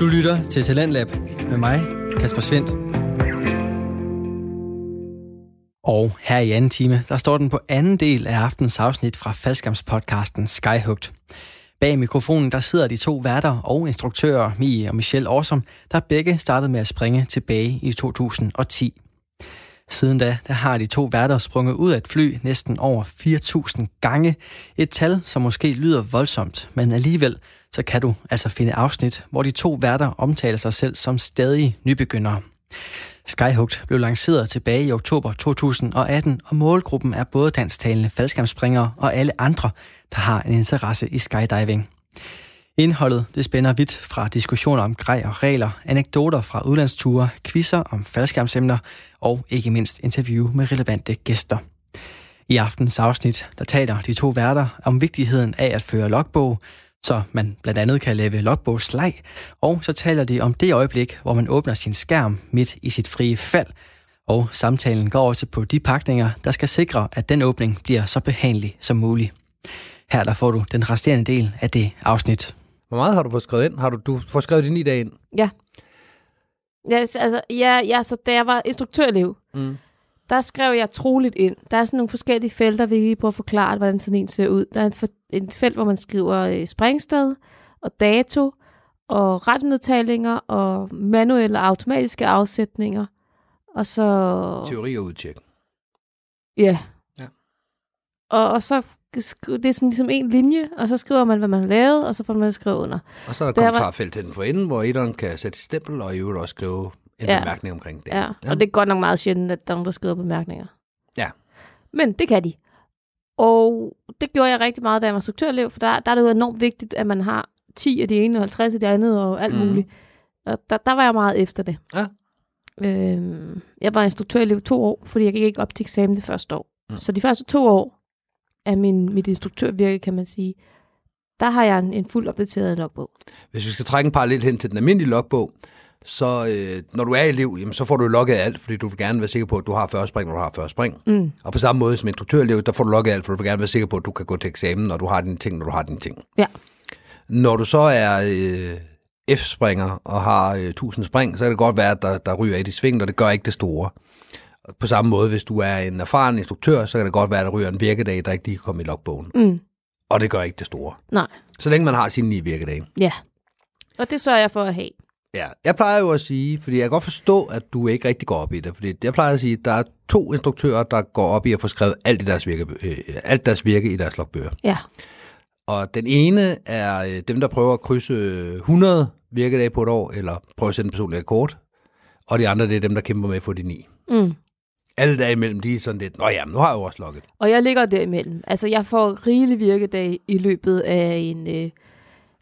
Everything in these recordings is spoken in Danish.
Du lytter til Talentlab med mig, Kasper Svendt. Og her i anden time, der står den på anden del af aftens afsnit fra Falskamps-podcasten Skyhugt. Bag mikrofonen, der sidder de to værter og instruktører, Mie og Michelle Årsom, der begge startede med at springe tilbage i 2010. Siden da, der har de to værter sprunget ud af et fly næsten over 4.000 gange. Et tal, som måske lyder voldsomt, men alligevel så kan du altså finde afsnit, hvor de to værter omtaler sig selv som stadig nybegyndere. Skyhugt blev lanceret tilbage i oktober 2018, og målgruppen er både dansktalende faldskærmsspringere og alle andre, der har en interesse i skydiving. Indholdet det spænder vidt fra diskussioner om grej og regler, anekdoter fra udlandsture, quizzer om faldskærmsemner og ikke mindst interview med relevante gæster. I aftens afsnit der taler de to værter om vigtigheden af at føre logbog, så man blandt andet kan lave logbogslej, og så taler de om det øjeblik, hvor man åbner sin skærm midt i sit frie fald, og samtalen går også på de pakninger, der skal sikre, at den åbning bliver så behandelig som muligt. Her der får du den resterende del af det afsnit. Hvor meget har du fået skrevet ind? Har du, du fået skrevet dine i dag ind? Ja, altså, ja, ja, så da jeg var instruktørelev, Mm. der skrev jeg troligt ind. Der er sådan nogle forskellige felter, vi kan lige prøve at forklare, hvordan sådan en ser ud. Der er en, for, en felt, hvor man skriver øh, springsted og dato og retmedtalinger og manuelle og automatiske afsætninger. Og så... Teori og udtjek. Ja. Ja. Og, og så sk- det er sådan ligesom en linje, og så skriver man, hvad man har lavet, og så får man at skrive under. Og så er der et Det er- kommentarfelt til den for enden, hvor etteren kan sætte et stempel, og i øvrigt også skrive en Ja. bemærkning omkring det. Ja. ja. Og det er godt nok meget sjældent, at der er nogen, der skriver bemærkninger. Ja. Men det kan de. Og det gjorde jeg rigtig meget, da jeg var instruktørelev, for der, der er det jo enormt vigtigt, at man har 10 af det ene, og 50 af det andet, og alt Mhm. mm. muligt. Og der, der var jeg meget efter det. Ja. Øhm, jeg var instruktørelev to år, fordi jeg gik ikke op til eksamen det første år. Mm. Mm. Så de første to år af min, mit instruktørvirke, kan man sige, der har jeg en, en fuldt opdateret logbog. Hvis vi skal trække en parallel hen til den almindelige logbog, så øh, når du er elev, jamen, så får du logget alt, fordi du vil gerne være sikker på, at du har første spring, når du har første spring. Mm. Og på samme måde som instruktørelev, der får du logget alt, for du vil gerne være sikker på, at du kan gå til eksamen, når du har dine ting, når du har dine ting. Ja. Når du så er øh, F-springer og har øh, 1000 spring, så kan det godt være, at der, der ryger et i sving, og det gør ikke det store. Og På samme måde, hvis du er en erfaren instruktør, så kan det godt være, at der ryger en virkedag, der ikke lige kan komme i logbogen. Mm. Og det gør ikke det store. Nej. Så længe man har sine ni virkedage. Ja. Og det sørger jeg for at have. Ja, jeg plejer jo at sige, fordi jeg kan godt forstå, at du ikke rigtig går op i det, fordi jeg plejer at sige, at der er to instruktører, der går op i at få skrevet alt, i deres virke, øh, alt deres virke i deres logbøger. Ja. Og den ene er øh, dem, der prøver at krydse øh, 100 virkedage på et år, eller prøver at sætte en personlig rekord. Og de andre, det er dem, der kæmper med at få de ni. Mm. Alle dage imellem, de er sådan lidt, nå ja, men nu har jeg jo også logget. Og jeg ligger derimellem. Altså, jeg får rigelig virkedag i løbet af en, øh, En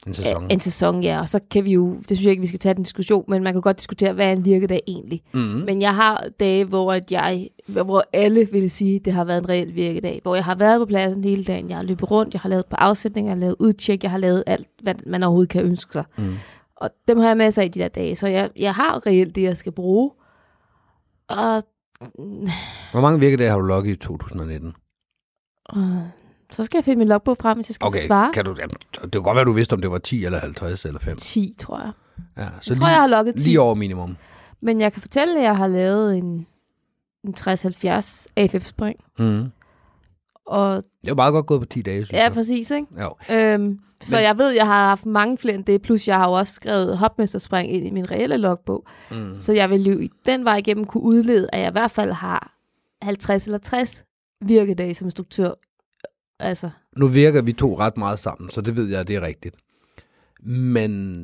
af sæson. en sæson, ja. Og så kan vi jo, det synes jeg ikke, vi skal tage den diskussion, men man kan godt diskutere, hvad er en virkedag egentlig. Mm-hmm. Men jeg har dage, hvor, at jeg, hvor alle vil sige, at det har været en reel virkedag. Hvor jeg har været på pladsen hele dagen. Jeg har løbet rundt, jeg har lavet på afsætninger, jeg har lavet udtjek, jeg har lavet alt, hvad man overhovedet kan ønske sig. Mm. Og dem har jeg masser af i de der dage. Så jeg, jeg har reelt det, jeg skal bruge. Og Hvor mange virkedage har du logget i 2019? øh, så skal jeg finde min logbog frem, hvis jeg skal okay, svare. kan du, jamen, det kan godt være, du vidste, om det var 10 eller 50 eller 5. 10, tror jeg. Ja, så Jeg tror, jeg har lukket 10. Lige over minimum. Men jeg kan fortælle, at jeg har lavet en, en 60-70 AFF-spring. Mm. Og Det var meget godt gået på 10 dage, synes ja, jeg. præcis, ikke? Jo. Øhm, så Men- Men... jeg ved, jeg har haft mange flere end det, plus jeg har jo også skrevet hopmesterspring ind i min reelle logbog. Mm. Mm. Så jeg vil jo i den vej igennem kunne udlede, at jeg i hvert fald har 50 eller 60 virkedage som instruktør. Altså, Nu virker vi to ret meget sammen, så det ved jeg, det er rigtigt. Men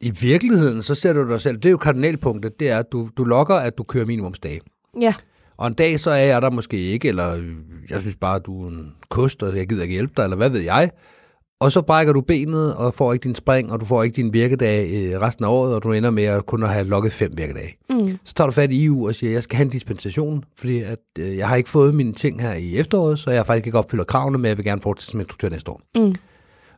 i virkeligheden, så ser du dig selv, det er jo kardinalpunktet, det er, at du, du logger, at du kører minimumsdage. ja, Og en dag, så er jeg der måske ikke, eller jeg synes bare, du er en kost, og jeg gider ikke hjælpe dig, eller hvad ved jeg. Og så brækker du benet, og får ikke din spring, og du får ikke din virkedag øh, resten af året, og du ender med at kun at have logget fem virkedage. mm, Så tager du fat i EU og siger, jeg skal have en dispensation, fordi at, øh, jeg har ikke fået mine ting her i efteråret, så jeg faktisk ikke opfylder kravene, men jeg vil gerne fortsætte som instruktør næste år. Mm.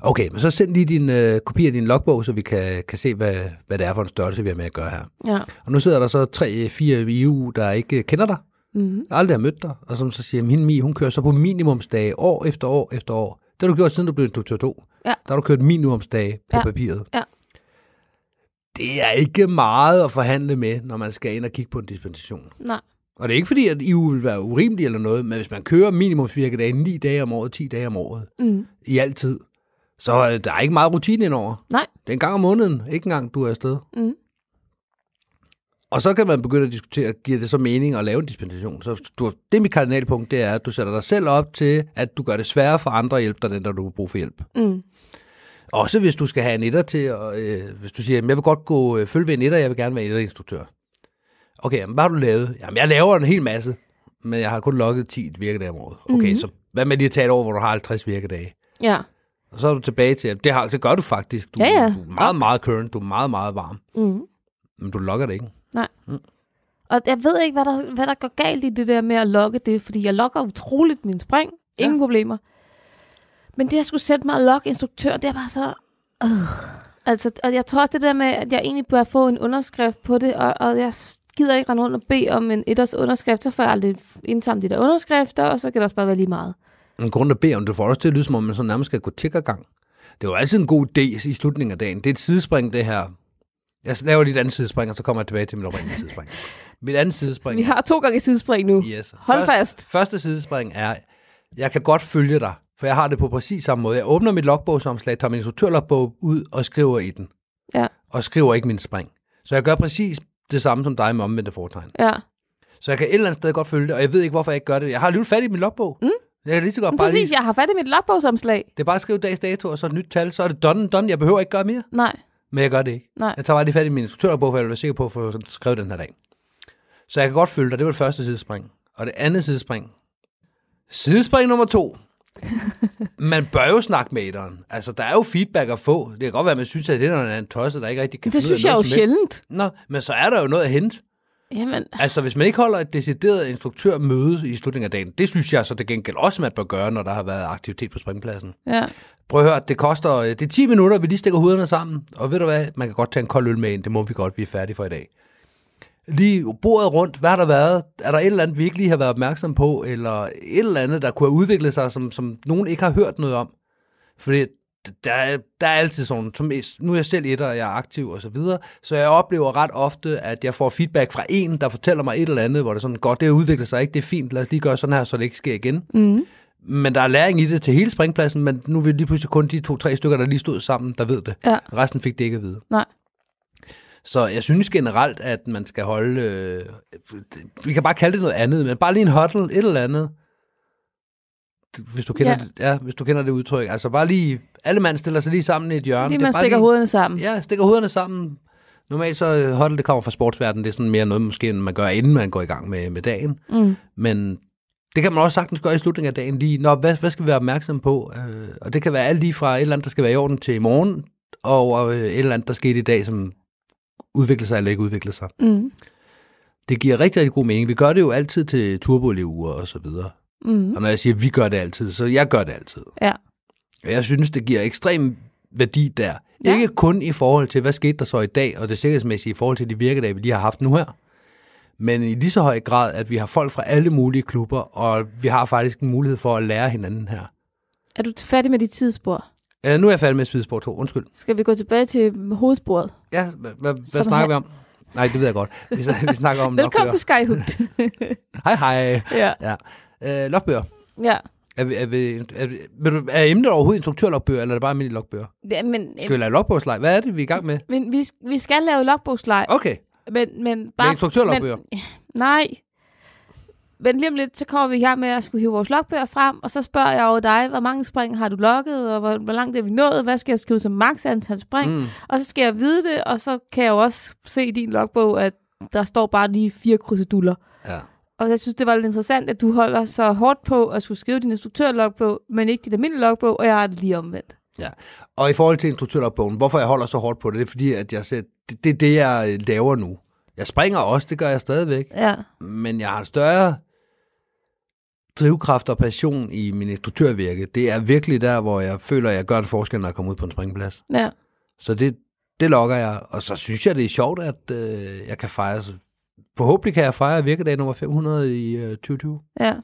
Okay, men så send lige din øh, kopi af din logbog, så vi kan, kan se, hvad, hvad det er for en størrelse, vi har med at gøre her. ja. Og nu sidder der så tre, fire i EU, der ikke øh, kender dig, Mm. aldrig har mødt dig, og som så siger, at hende Mi, hun kører så på minimumsdage år efter år efter år. Det har du gjort, siden du blev instruktør 2. Ja. Der har du kørt minimumsdage på Ja. papiret. Ja. det er ikke meget at forhandle med, når man skal ind og kigge på en dispensation. Nej. Og det er ikke fordi, at EU vil være urimelig eller noget, men hvis man kører minimumsvirkedage 9 dage om året, 10 dage om året, Mm. i altid, så øh, der er ikke meget rutine indover. Nej. Det er en gang om måneden, ikke engang du er afsted. Mm. Og så kan man begynde at diskutere, giver det så mening at lave en dispensation? Så du, det er mit kardinalpunkt, det er, at du sætter dig selv op til, at du gør det sværere for andre at hjælpe dig, end når du har brug for hjælp. Mm. Også hvis du skal have en etter til, og øh, hvis du siger, "Jamen, jeg vil godt gå øh, følge ved en etter, jeg vil gerne være etterinstruktør. Okay, jamen, hvad har du lavet? Jamen, jeg laver en hel masse, men jeg har kun lukket 10 virkedage om året. Okay, mm-hmm. så hvad med lige at tage et år, hvor du har 50 virkedage? Ja. Og så er du tilbage til, at det, har, det gør du faktisk. Du, Ja, ja. du er meget, meget current, du er meget, meget varm, Mm. men du lokker det ikke. Og jeg ved ikke, hvad der, hvad der går galt i det der med at lokke det, fordi jeg lokker utroligt min spring. Ingen ja. problemer. Men det, jeg skulle sætte mig og lokke instruktør, det er bare så... Øh. Altså, og jeg tror også det der med, at jeg egentlig bør få en underskrift på det, og, og jeg gider ikke rende rundt og bede om en etters underskrift, så får jeg aldrig indsamlet de der underskrifter, og så kan det også bare være lige meget. En grund at bede om det får også til at lyde, som om man så nærmest skal gå tiggergang. Det er jo altid en god idé i slutningen af dagen. Det er et sidespring, det her. Jeg laver lige et andet sidespring, og så kommer jeg tilbage til mit oprindelige sidespring. Mit andet sidespring Vi har to gange sidespring nu. Yes. Hold fast. Første sidespring er, jeg kan godt følge dig, for jeg har det på præcis samme måde. Jeg åbner mit logbogsomslag, tager min instruktørlogbog ud og skriver i den. Ja. Og skriver ikke min spring. Så jeg gør præcis det samme som dig med omvendte foretegn. Ja, Så jeg kan et eller andet sted godt følge det, og jeg ved ikke, hvorfor jeg ikke gør det. Jeg har alligevel fat i min logbog. Mm. Jeg kan lige så godt Men bare præcis. lige... Jeg har fat i mit logbogsomslag. Det er bare at skrive dags dato, og så et nyt tal, så er det done, done. Jeg behøver ikke gøre mere, Nej, men jeg gør det ikke. nej. Jeg tager bare lige fat i min instruktørbog, for jeg vil være sikker på at få skrevet den her dag. Så jeg kan godt følge dig. Det var det første sidespring. Og det andet sidespring. Sidespring nummer to. Man bør jo snakke med etteren. Altså, der er jo feedback at få. Det kan godt være, at man synes, at det er en tosse, der ikke rigtig kan Det finde ud af synes jeg jo noget som helst. sjældent. Nå, men så er der jo noget at hente. Jamen, Altså, hvis man ikke holder et decideret instruktørmøde i slutningen af dagen, det synes jeg så det gengæld også, man bør gøre, når der har været aktivitet på springpladsen. ja. Prøv at høre, det koster, øh, det er 10 minutter, vi lige stikker hovederne sammen, og ved du hvad, man kan godt tage en kold øl med ind, det må vi godt, vi er færdige for i dag. Lige bordet rundt, hvad har der været? Er der et eller andet, vi ikke lige har været opmærksom på, eller et eller andet, der kunne have udviklet sig, som, som nogen ikke har hørt noget om? Fordi der, er- der er altid sådan, som, nu er jeg selv etter, og jeg er aktiv og så videre, så jeg oplever ret ofte, at jeg får feedback fra en, der fortæller mig et eller andet, hvor det er sådan, godt, det udvikler sig ikke, det er fint, lad os lige gøre sådan her, så det ikke sker igen. Mm. Men der er læring i det til hele springpladsen, men nu er vi lige pludselig kun de to-tre stykker, der lige stod sammen, der ved det. Ja. Resten fik det ikke at vide. Nej. Så jeg synes generelt, at man skal holde... Øh, vi kan bare kalde det noget andet, men bare lige en huddle, et eller andet. Hvis du kender, Ja. ja. Det, ja, hvis du kender det udtryk. Altså bare lige... Alle mand stiller sig lige sammen i et hjørne. Lige Det er man bare stikker lige, hovederne sammen. Ja, stikker hovederne sammen. Normalt så øh, huddle, det kommer fra sportsverdenen. Det er sådan mere noget, måske, end man gør, inden man går i gang med, med dagen. Mm. Men det kan man også sagtens gøre i slutningen af dagen lige. Nå, hvad, hvad skal vi være opmærksom på? Øh, og det kan være alt lige fra et eller andet, der skal være i orden til i morgen, og øh, et eller andet, der skete i dag, som udvikler sig eller ikke udvikler sig. Mm. Det giver rigtig, rigtig god mening. Vi gør det jo altid til turboelever og så videre. Mm. Og når jeg siger, at vi gør det altid, så jeg gør det altid. Ja. Og jeg synes, det giver ekstrem værdi der. Ja. Ja. Ikke kun i forhold til, hvad skete der så i dag, og det sikkerhedsmæssige i forhold til de virkedage, vi lige har haft nu her. Men i lige så høj grad, at vi har folk fra alle mulige klubber, og vi har faktisk en mulighed for at lære hinanden her. Er du færdig med dit tidsspor? Øh, nu er jeg færdig med Spidspor 2, undskyld. Skal vi gå tilbage til hovedsporet? Ja, hvad, hvad, hvad Som snakker har- vi om? Nej, det ved jeg godt. Vi, snak- vi snakker om Velkommen logbøger. til Skyhook. Hej, hej. ja. Ja. Øh, logbøger. ja. Er, vi- er, vi- er, vi- vil du- er emnet overhovedet instruktørlogbøger, eller er det bare almindelige logbøger? ja men, øh, Skal vi lave logbogsleg? Hvad er det, vi er i gang med? men vi, vi skal lave logbogsleg. Okay, Men, men med bare... instruktørlogbøger. Men, nej. Men lige om lidt, så kommer vi i gang med at skulle hive vores logbøger frem, og så spørger jeg over dig, hvor mange spring har du logget, og hvor, hvor langt er vi nået, hvad skal jeg skrive som max antal spring, mm. og så skal jeg vide det, og så kan jeg jo også se i din logbog, at der står bare lige fire kruseduller. Ja. Og jeg synes, det var lidt interessant, at du holder så hårdt på at skulle skrive din instruktørlogbog, men ikke din almindelige logbog, og jeg har det lige omvendt. Ja. Og i forhold til instruktørlogbogen, hvorfor jeg holder så hårdt på det, det er fordi, at jeg ser, det, det er det, jeg øh, laver nu. Jeg springer også, det gør jeg stadigvæk, Ja, men jeg har en større drivkraft og passion i min instruktørvirke. Det er virkelig der, hvor jeg føler, at jeg gør en forskel, når jeg kommer ud på en springplads. ja, Så det, det lokker jeg, og så synes jeg, det er sjovt, at øh, jeg kan fejre, forhåbentlig kan jeg fejre virkedag nummer 500 i øh, 2020. ja.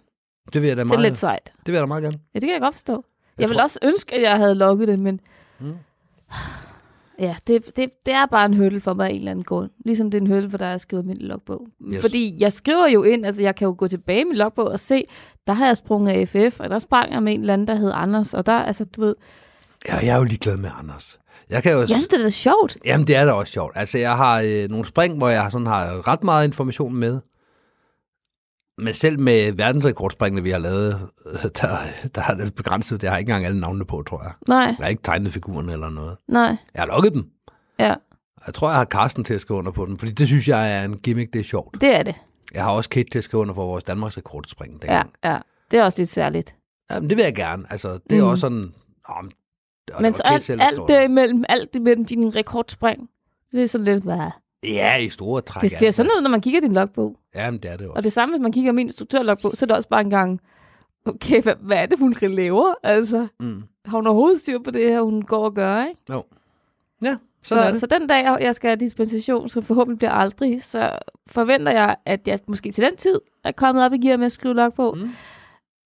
Det vil jeg da Det er meget, lidt sejt. det vil jeg da meget gerne. Ja, det kan jeg Mm. godt forstå. Jeg, Jeg jeg ville tror- også ønske, at jeg havde logget det, men Ja, det, det, det er bare en høttel for mig af en eller anden grund. Ligesom det er en høttel for dig at skrive min logbog. Yes. Yes. Fordi jeg skriver jo ind, altså jeg kan jo gå tilbage i min logbog og se, der har jeg sprunget AFF, og der sprang jeg med en eller anden, der hed Anders. Og der, altså du ved, Ja, jeg er jo ligeglad med Anders. Jeg kan jo... jeg synes det er da sjovt. Jamen, det er da også sjovt. Altså, jeg har øh, nogle spring, hvor jeg sådan har ret meget information med. Men selv med verdensrekordspringene, vi har lavet, øh, der, der er det begrænset. Jeg har ikke engang alle navnene på, tror jeg. Nej, Jeg har ikke tegnet figuren eller noget. nej, Jeg har lukket dem. ja, Jeg tror, jeg har Carsten til at skrive under på den, fordi det synes jeg er en gimmick, det er sjovt. det er det. Jeg har også Kate til at skrive under for vores Danmarks rekordspring. Ja, ja, det er også lidt særligt. Jamen, det vil jeg gerne. Altså, det er mm. Mm. også sådan... Nå, men, og Men det så var Kate alt, selv, der alt, står der. det imellem, alt imellem din rekordspring, det er sådan lidt, hvad? Ja, i store træk. Det er ser sådan ud, når man kigger i din logbog. Jamen, det er det også. Og det samme, hvis man kigger i min instruktørlogbog, så er det også bare en gang, okay, hvad, hvad er det, hun laver? Altså, Mm. har hun overhovedet styr på det her, hun går og gør, ikke? Jo. Ja, sådan er Så, det. så den dag, jeg skal have dispensation, som forhåbentlig bliver aldrig, så forventer jeg, at jeg måske til den tid er kommet op i gear med at skrive logbog, Mm. mm.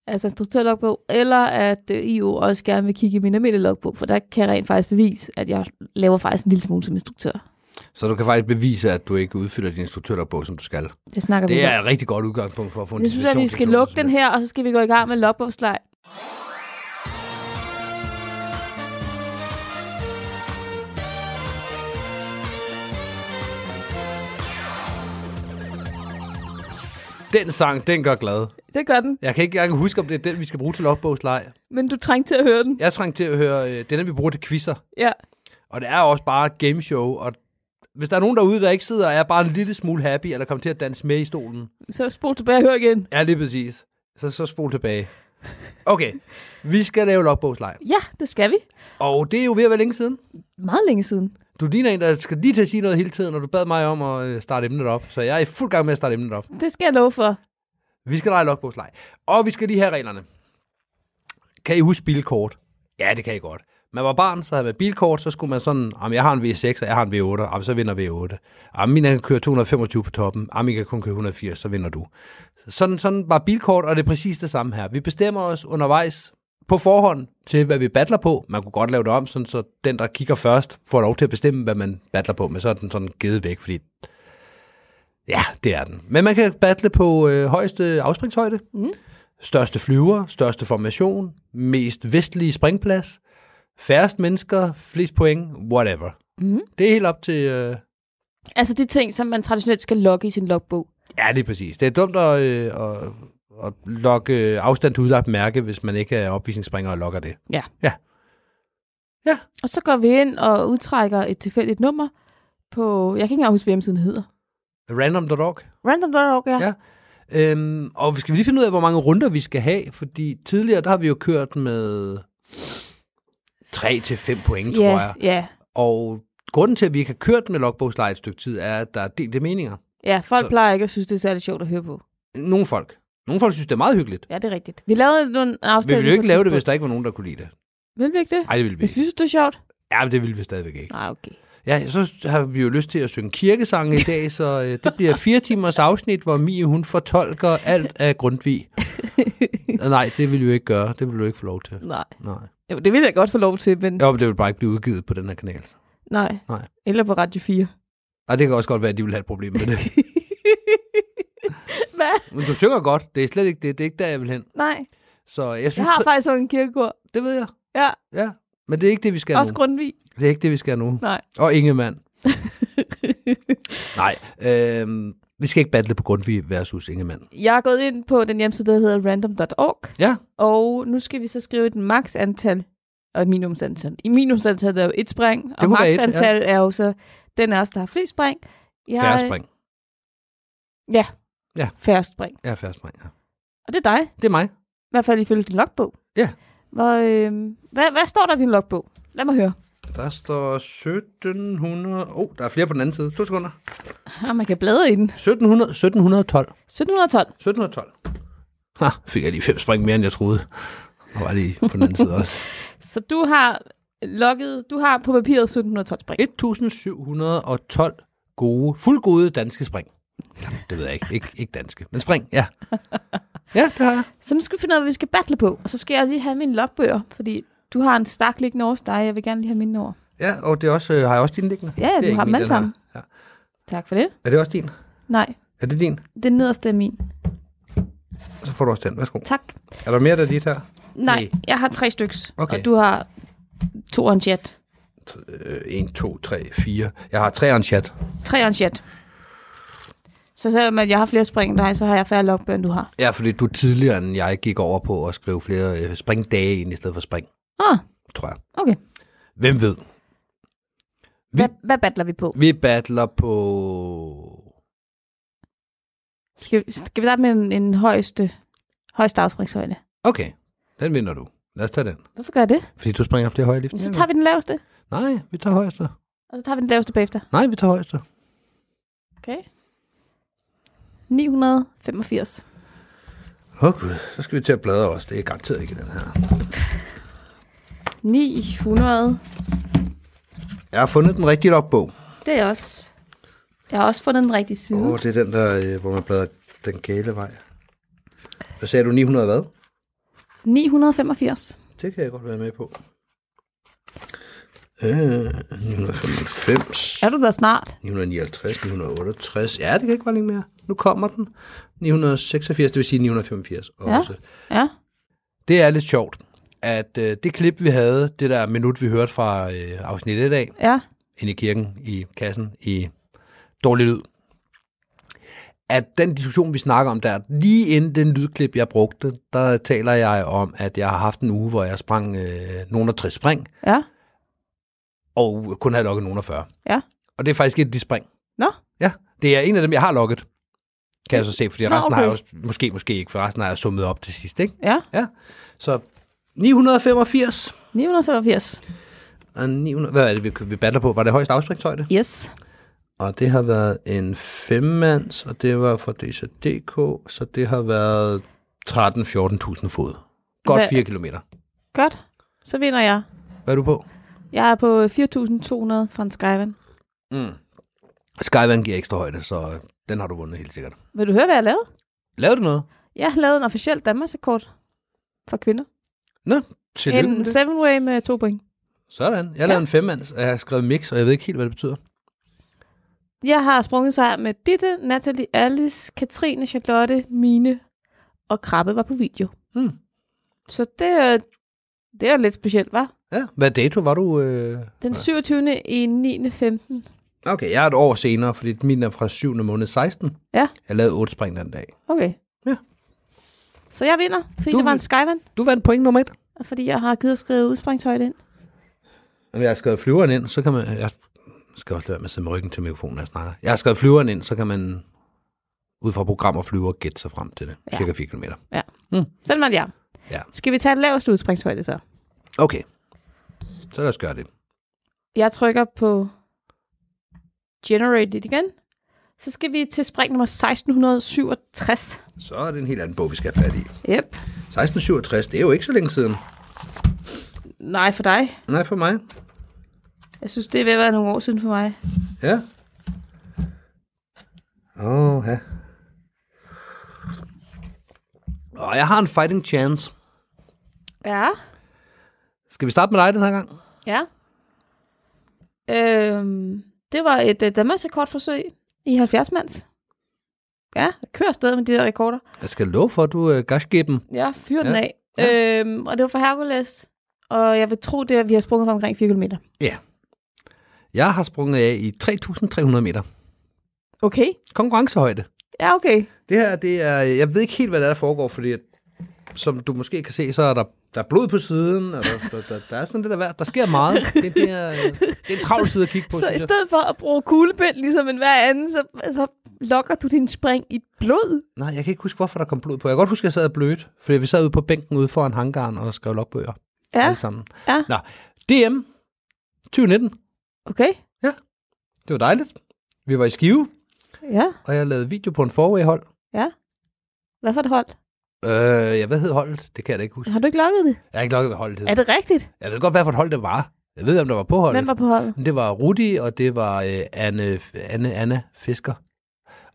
altså instruktørlogbog, eller at øh, I jo også gerne vil kigge i min almindelige logbog, for der kan jeg rent faktisk bevise, at jeg laver faktisk en lille smule som instruktør. Så du kan faktisk bevise, at du ikke udfylder din instruktørlogbog, som du skal. Det snakker vi Det om. er et rigtig godt udgangspunkt for at få en Jeg synes, at vi dispensation skal til lukke den 2017. her, og så skal vi gå i gang med logbogslej. Den sang, den gør glad. Det gør den, Jeg kan ikke engang huske, om det er den, vi skal bruge til logbogsleje. men du trængte til at høre den. Jeg trængte til at høre, øh, den er, vi bruger til quizzer. Ja. Og det er også bare gameshow. Og hvis der er nogen derude, der ikke sidder og er bare en lille smule happy, eller kommer til at danse med i stolen. Så spol tilbage og hør igen. Ja, lige præcis. Så, så spol tilbage. Okay, vi skal lave logbogsleje. Ja, det skal vi. Og det er jo ved at være længe siden. Meget længe siden. Du ligner en, der skal lige til at sige noget hele tiden, og du bad mig om at øh, starte emnet op. Så jeg er i fuld gang med at starte emnet op. Det skal jeg love for. Vi skal lege logbogsleg. Og vi skal lige have reglerne. Kan I huske bilkort? Ja, det kan I godt. Man var barn, så havde man bilkort, så skulle man sådan, jamen jeg har en V6, og jeg har en V8, jamen så vinder V8. Jamen min kan køre 225 på toppen, jamen min kan kun køre 180, så vinder du. Sådan, sådan var bilkort, og det er præcis det samme her. Vi bestemmer os undervejs på forhånd til, hvad vi battler på. Man kunne godt lave det om, sådan, så den, der kigger først, får lov til at bestemme, hvad man battler på, men så er den sådan givet væk, fordi Ja, det er den. Men man kan battle på øh, højeste afspringshøjde, mm. største flyver, største formation, mest vestlige springplads, færrest mennesker, flest point, whatever. Mm. Det er helt op til... Øh, Altså de ting, som man traditionelt skal logge i sin logbog. ja, det er præcis. Det er dumt at, øh, at, at logge afstand til udlagt mærke, hvis man ikke er opvisningsspringer og logger det. Ja. Ja. Ja. Og så går vi ind og udtrækker et tilfældigt nummer på, jeg kan ikke engang huske, hvad hjemmesiden hedder. Random.org. Random.org, ja. Ja. Øhm, og skal vi lige finde ud af, hvor mange runder vi skal have? Fordi tidligere, der har vi jo kørt med 3-5 point, yeah. tror ja, jeg. ja. Og grunden til, at vi ikke har kørt med logbogsleje et stykke tid, er, at der er delte meninger. ja folk Så- så... plejer ikke at synes, det er særlig sjovt at høre på. Nogle folk. Nogle folk synes, det er meget hyggeligt. Ja, det er rigtigt. Vi lavede nogle Vi afstemning ville jo ikke på et lave det, hvis tidspunkt. der ikke var nogen, der kunne lide det. Vil vi ikke det? Nej, det ville vi Hvis vi ikke. synes, det er sjovt? Ja, det ville vi stadigvæk ikke. Nej, okay. Ja, så har vi jo lyst til at synge kirkesange i dag, så øh, det bliver fire timers afsnit, hvor Mie hun fortolker alt af Grundtvig. Nej, det ville vi jo ikke gøre. Det ville du ikke få lov til. Nej. Nej. Jo, det vil jeg godt få lov til, men Jo, men det vil bare ikke blive udgivet på den her kanal. nej. Nej. Eller på Radio 4. Og det kan også godt være, at de vil have et problem med det. Hvad? Men du synger godt. Det er slet ikke det. Det er ikke der, jeg vil hen. Nej. Så jeg Jeg synes, har tre- faktisk en kirkegård. det ved jeg. Ja, Ja. Men det er ikke det, vi skal også nu. Grundtvig. Det er ikke det, vi skal nu. Nej. Og Ingemann. Nej. Øhm, vi skal ikke battle på Grundtvig versus Ingemann. Jeg er gået ind på den hjemmeside, der hedder random.org, Ja. og nu skal vi så skrive et max antal og et minimumsantal. I minimumsantal er jo et spring, og kunne være et, max antal ja. er jo så den af os, der har flest spring. Jeg, Færre spring. Ja, Ja. færre spring. Ja, færre spring. Ja. Og det er dig, Det er mig. i hvert fald ifølge din logbog. Ja. Hvor, øh, hvad, hvad står der i din logbog? Lad mig høre. Der står 1700... Åh, oh, der er flere på den anden side. To sekunder. Ah, man kan bladre i den. 1700, 1712. 1712. 1712. Ha, fik jeg lige fem spring mere, end jeg troede. Og var lige på den anden side også. Så du har logget, du har på papiret 1712 spring. 1712 gode, fuldgode danske spring. Jamen, det ved jeg ikke. ikke. Ikke danske, men spring, ja. Ja, det har jeg. Så nu skal vi finde ud af, hvad vi skal battle på. Og så skal jeg lige have mine logbøger, fordi du har en stak liggende over hos dig, jeg vil gerne lige have mine over. Ja, og det er også, øh, har jeg også din liggende? Ja, ja, Det er du ikke har dem min, alle den her. sammen. Ja. Tak for det. Er det også din? Nej, Er det din? den nederste er min. Så får du også den. Værsgo. Tak. Er der mere, der er dit her? Nej, Nej. jeg har tre styks. Okay. Og du har to og en chat. Øh, 1, 2, 3, 4. Jeg har tre og en chat. Tre og en chat. Så selvom at jeg har flere spring end dig, så har jeg færre logbøger, end du har. Ja, fordi du tidligere end jeg gik over på at skrive flere øh, springdage ind i stedet for spring, Ah, tror jeg. okay. Hvem ved? Hvad, hvad battler vi på? Vi battler på... Skal, vi- skal vi starte med en, en højeste, højeste afspringshøjde? Okay, den vinder du. Lad os tage den. Hvorfor gør jeg det? Fordi du springer flere høje lift. Så tager vi den laveste, Nej, vi tager højeste. og så tager vi den laveste bagefter. Nej, vi tager højeste. Okay. 985. Åh oh, gud, så skal vi til at bladre også. Det er garanteret ikke den her. 900. Jeg har fundet den rigtige logbog. Det er også... Jeg har også fundet den rigtige side. Åh, oh, det er den der, øh, hvor man bladrer den gale vej. Hvad sagde du, 900 hvad? 985. Det kan jeg godt være med på. Øh, 995, Er du der snart? 959, 968. Ja, det kan ikke være længe mere. Nu kommer den. 986, det vil sige 985 Ja. også. Ja. Det er lidt sjovt, at øh, det klip, vi havde, det der minut, vi hørte fra øh, afsnit 1 af, Ja. inde i kirken, i kassen, i dårlig lyd, at den diskussion, vi snakker om der, lige inden den lydklip, jeg brugte, der taler jeg om, at jeg har haft en uge, hvor jeg sprang øh, nogen og 60 spring, Ja. og kun havde lukket nogen og 40. Ja. Og det er faktisk et af de spring. Nå. Ja, det er en af dem, jeg har lukket. Kan jeg så se, fordi Nå, resten har jeg okay. også, måske, måske ikke, for resten har jeg summet op til sidst, ikke? Ja. Ja, så 985 985. og 900, hvad er det, vi, vi batter på? Var det højst afspringshøjde? Yes. Og det har været en femmands, og det var fra DCDK, så det har været 13-14.000 fod. Godt Hvad- 4 kilometer. Godt. Så vinder jeg. Hvad er du på? Jeg er på 4.200 fra en Skyvan. Mm. Skyvand giver ekstra højde, så den har du vundet helt sikkert. Vil du høre, hvad jeg lavede? Lavede du noget? Jeg lavede en officiel Danmarksrekord for kvinder. Nå, tillykke med En det. 7-way med to point. Sådan. Jeg lavede en femmands, og jeg har skrevet mix, og jeg ved ikke helt, hvad det betyder. Jeg har sprunget sejr med Ditte, Natalie, Alice, Katrine, Charlotte, Mine og Krabbe var på video. Hmm. Så det, er- det er jo lidt specielt, var. Ja, hvad dato var du? Øh... Den 27. i 9. 15. Okay, jeg er et år senere, fordi min er fra 7. måned 16. Ja. Jeg lavede 8 spring den dag. Okay. Ja. Så jeg vinder, fordi Du du... det var vil- en skyvand, Du vandt point nummer 1. og fordi jeg har givet at skrive udspringshøjde ind. Når jeg har skrevet flyveren ind, så kan man... Jeg skal også lade være med at sidde med ryggen til mikrofonen, når jeg snakker. Jeg har skrevet flyveren ind, så kan man ud fra program og flyver gætte sig frem til det. Ja. Cirka 4 km. Sådan var det jeg. Ja. Skal vi tage den laveste udspringshøjde så? Okay. Så lad os gøre det. Jeg trykker på Generate it igen. Så skal vi til spring nummer 1667. Så er det en helt anden bog, vi skal have fat i. Yep. 1667, det er jo ikke så længe siden. Nej for dig. Nej, for mig. Jeg synes, det er ved at være nogle år siden for mig. Ja. Åh, oh, ja. Og jeg har en fighting chance. Ja. Skal vi starte med dig den her gang? Ja. Øhm, det var et øh, Danmarks rekordforsøg i 70 mands. Ja, jeg kører afsted med de der rekorder. Jeg skal love for, at du øh, gashgiver Jeg fyrer Ja. den af. Ja. Øhm, og det var for Hercules. Og jeg vil tro, det er, at vi har sprunget for omkring 4 km. Jeg har sprunget af i 3.300 meter. Okay. Konkurrencehøjde. Ja, okay. Det her, det er, jeg ved ikke helt, hvad der, er, der foregår, fordi at, som du måske kan se, så er der, der er blod på siden, og der, der, der, der er sådan lidt af hvert. Der sker meget. Det, det, er, øh, det er en travl side at kigge på. så synes i jeg. stedet for at bruge kuglepind, ligesom en hver anden, så, så lokker du din spring i blod. Nej, jeg kan ikke huske, hvorfor der kom blod på. Jeg kan godt huske, at jeg sad og blødt, fordi vi sad ude på bænken ude foran hangaren og skrev logbøger ja. Ja, alle sammen. Ja. Nå, DM 2019. okay. Det var dejligt. Vi var i Skive, Ja. og jeg lavede video på en forway-hold. Hvad for et hold? Øh, ja, hvad hed holdet? Det kan jeg da ikke huske. Har du ikke lukket det? Jeg har ikke lukket, hvad holdet hed. Er det rigtigt? Jeg ved godt, hvad for et hold det var. Jeg ved, hvem der var på holdet. Hvem var på holdet? Det var Rudi, og det var øh, Anne, Anne, Anne Fisker.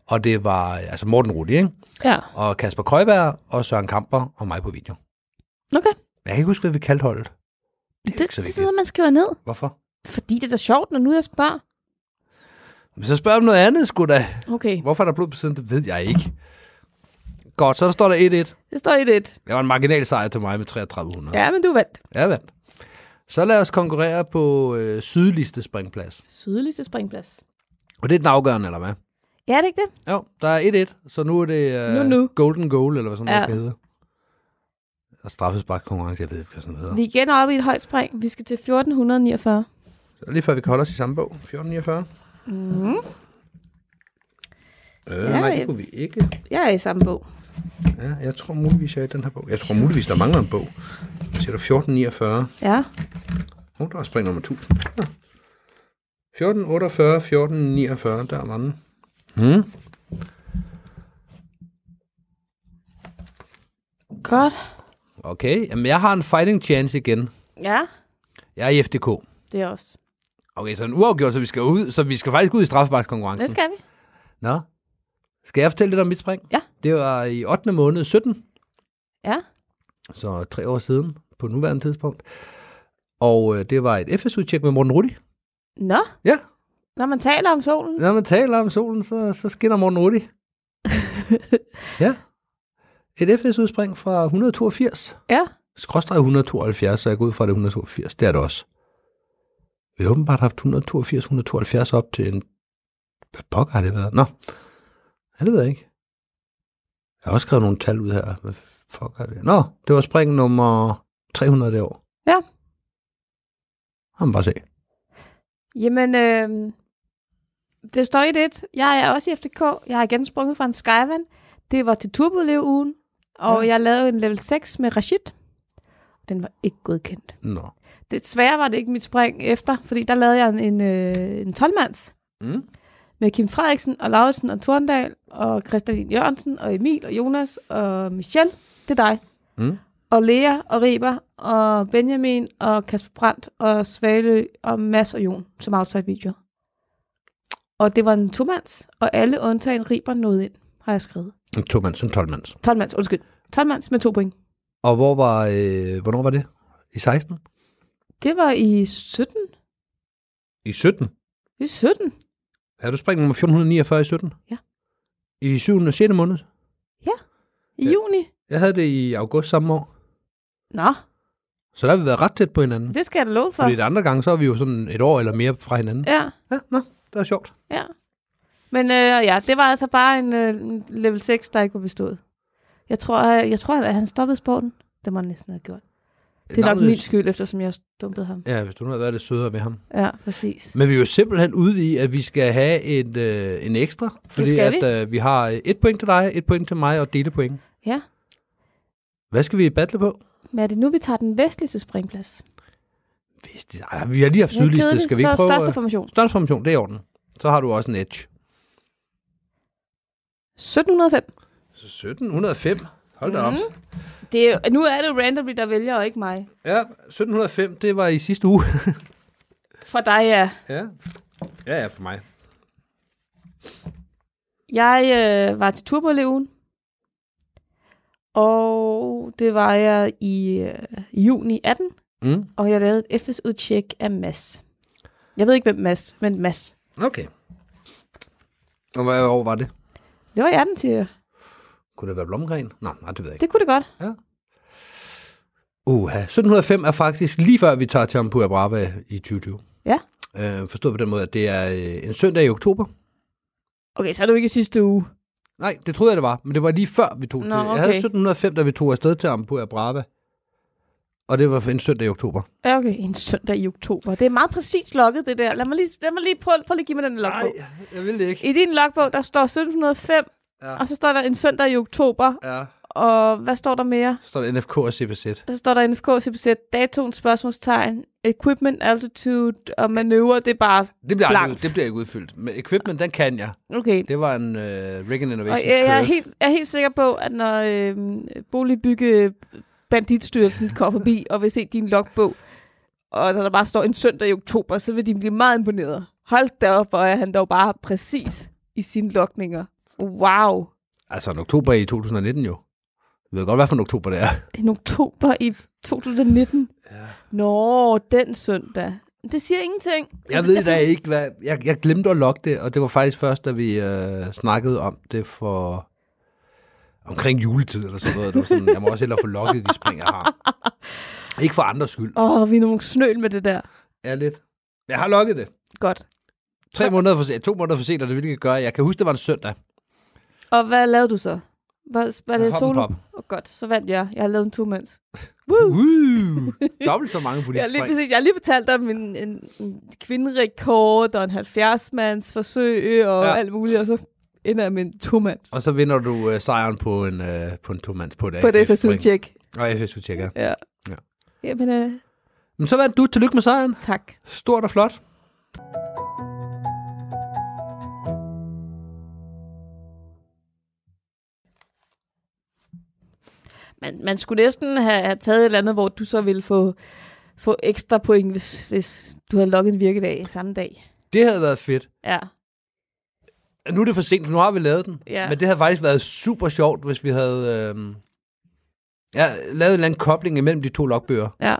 Og det var øh, altså Morten Rudi, ikke? Ja. og Kasper Krøjberg, og Søren Kamper, og mig på video. Okay. Jeg kan ikke huske, hvad vi kaldte holdet. Det er ikke Det, så det er vigtigt. sådan, man skriver ned. Hvorfor? Fordi det er da sjovt, når nu jeg spørger. Men så spørg om noget andet, sgu da. Okay, Hvorfor er der blod på siden? Det ved jeg ikke. Godt, så der står der 1-1. det står i det. Det var en marginal sejr til mig med 3300. Ja, men du vandt. Ja, vandt. Så lad os konkurrere på øh, sydligste springplads. Sydligste springplads. Og det er den afgørende, eller hvad? Ja, er det ikke det? Jo, der er 1-1, så nu er det øh, Nu, nu. Golden Goal, eller hvad sådan Ja. noget, det hedder. Og straffesparkkonkurrence, jeg ved ikke, hvad sådan noget Vi hedder. er igen oppe i et højt spring. Vi skal til 1449. Så Lige før vi kan holde os i samme bog, 1449. Mm. Øh, Ja, nej, det jeg- kunne vi ikke. Jeg er i samme bog. Ja, jeg tror muligvis, jeg er i den her bog. Jeg tror muligvis, der mangler en bog. Så siger du 1449. Ja. Åh, oh, der er spring nummer 1000. Ja. 1448, 1449, der var den. Hmm. Godt. Okay, jamen jeg har en fighting chance igen. Ja, Jeg er i FDK. det er også. Okay, så en uafgjort, så vi skal ud, så vi skal faktisk ud i Det strafbakskonkurrencen. skal vi. Nå. Skal jeg fortælle lidt om mit spring? Ja. Det var i 8. måned 17, Ja. så tre år siden på nuværende tidspunkt. Og øh, det var et FS-udtjek med Morten Rudi. Nå, Ja, når man taler om solen. når man taler om solen, så, så skinner Morten Rudi. ja. Et FS-udspring fra 182. Ja. Skråstrej 172, så jeg går ud fra at det er 182. Det er det også. Vi har åbenbart haft 182-172 op til en... Hvad pokker har det været? Nå, ja, det ved jeg ikke. Jeg har også skrevet nogle tal ud her. Hvad fuck er det? Nå, det var spring nummer 300 det år. Ja. Jamen bare se. Jamen, øh, det står i det. Jeg er også i FDK. Jeg har igen sprunget fra en skyvand. Det var til Turbolev-ugen, og Ja. ja. jeg lavede en level 6 med Rashid. Den var ikke godkendt. Nå. Desværre var det ikke mit spring efter, fordi der lavede jeg en, en, øh, en 12-mands Mm. med Kim Frederiksen og Lauritsen og Torndal og Christian Jørgensen og Emil og Jonas og Michel. Det er dig. Mm. Og Lea og Reber og Benjamin og Kasper Brandt og Svalø og Mads og Jon som outside video. Og det var en tomands, og alle undtagen Reber nåede ind, har jeg skrevet. En to-mands, en 12-mands. 12 mands, undskyld. 12 mands med to point. Og hvor var, øh, hvornår var det? I 16? Det var i 17. I 17. I 17? Er du spring nummer 449 i 17? Ja. I 7. og 6. måned? I Ja. juni? Jeg havde det i august samme år. Nå, Så der har vi været ret tæt på hinanden. det skal jeg da love for. Fordi det andre gange, så er vi jo sådan et år eller mere fra hinanden. Ja, Ja, nå, det er sjovt. ja. Men øh, ja, det var altså bare en øh, en level 6, der ikke var bestået. Jeg tror, øh, jeg, jeg tror, at han stoppede sporten. Det må han næsten have gjort. Det er nok Navnet- min skyld, eftersom jeg dumpede ham. Ja, hvis du nu havde været lidt sødere ved ham. Ja, præcis. Men vi er jo simpelthen ude i, at vi skal have et, øh, en ekstra. Fordi skal vi. at øh, vi har øh, et point til dig, et point til mig og dele point. Ja. Hvad skal vi battle på? Men er det nu, vi tager den vestligste springplads? Hvis det- Ej, vi har lige haft sydligste. Skal vi ikke så prøve? største øh, formation. Største formation, det er i orden. Så har du også en edge. 1705. Så 1705. Hold da op. Mhm. Det er, jo- nu er det jo randomly, der vælger, og ikke mig. Ja, 1705, det var i sidste uge. For dig, ja. ja. ja, ja, for mig. Jeg øh, var til Turboleven. Og det var jeg i øh, juni 18, Mm. og jeg lavede et FS-udtjek af Mads. Jeg ved ikke, hvem Mads, men Mads. Okay. Og hvad år var det? Det var i 18, siger jeg. Kunne det være Blomgren? Nej, nej, det ved jeg ikke. Det kunne det godt. Uha, 1705 er faktisk lige før, vi tager til Ampua Brava i 2020. Ja. Øh, forstået på den måde, at det er øh, en søndag i oktober. Okay, så er det jo ikke i sidste uge. Nej, det troede jeg, det var, men det var lige før, vi tog Nå, til. Jeg okay. havde 1705, da vi tog afsted til Ampua Brava. Og det var en søndag i oktober. Ja, okay. En søndag i oktober. Det er meget præcis logget, det der. Lad mig lige, lad mig lige prøve, prøv lige at give mig den logbog. jeg vil det ikke. I din logbog, der står 1705, Ja. ja. og så står der en søndag i oktober. Ja. Og hvad står der mere? Så står der NFK og CPZ. Og Så står der NFK CPZ, datoen, spørgsmålstegn, equipment, altitude og manøvre. Det er bare... Det bliver, aldrig, Blankt. det bliver ikke udfyldt. Men equipment, den kan jeg. Okay. Det var en uh, Reagan Og Innovations jeg, jeg, er curve. helt, jeg er helt sikker på, at når øh, boligbygge banditstyrelsen kommer forbi og vil se din logbog, og der bare står en søndag i oktober, så vil de blive meget imponeret. Hold da op, og er han dog bare præcis i sine lokninger. Wow. Altså en oktober i 2019 jo. Vi ved godt, hvad for en oktober det er. En oktober i 2019. Ja. Nå, den søndag. Det siger ingenting. Jeg ved da ikke, hvad... Jeg, jeg glemte at logge det, og det var faktisk først, da vi øh, snakkede om det for... Omkring juletid eller sådan noget. Det var sådan, jeg må også hellere få logget de spring, jeg har. Ikke for andres skyld. Åh, oh, vi er nogle snøl med det der. Ja, lidt. Jeg har logget det. Godt. Tre måneder for sent, to måneder for sent, og det hvilket gør, jeg kan huske, det var en søndag. Og hvad lavede du så? Var, var Hop det en solo? pop. Oh, godt, så vandt jeg. Jeg har lavet en tur mens. Woo! Uh, dobbelt så mange Jeg har, politiske lige spring. præcis, jeg har lige fortalt om en, en, en kvinderekord og en 70-mands forsøg og Ja. ja. alt muligt, og så ender jeg med en tomands Og så vinder du øh, sejren på en, øh, på en tomands på det. på det forsøg-tjek. Og FSU tjekker. Ja. Ja. Jamen, øh, Men så vandt du. Tillykke med sejren. tak. Stort og flot. Man, man skulle næsten have, have taget et eller andet, hvor du så ville få, få ekstra point, hvis, hvis du havde logget en virkedag samme dag. Det havde været fedt. Ja. Nu er det for sent, for nu har vi lavet den. Ja. Men det havde faktisk været super sjovt, hvis vi havde øh, ja, lavet en eller anden kobling imellem de to logbøger. Ja.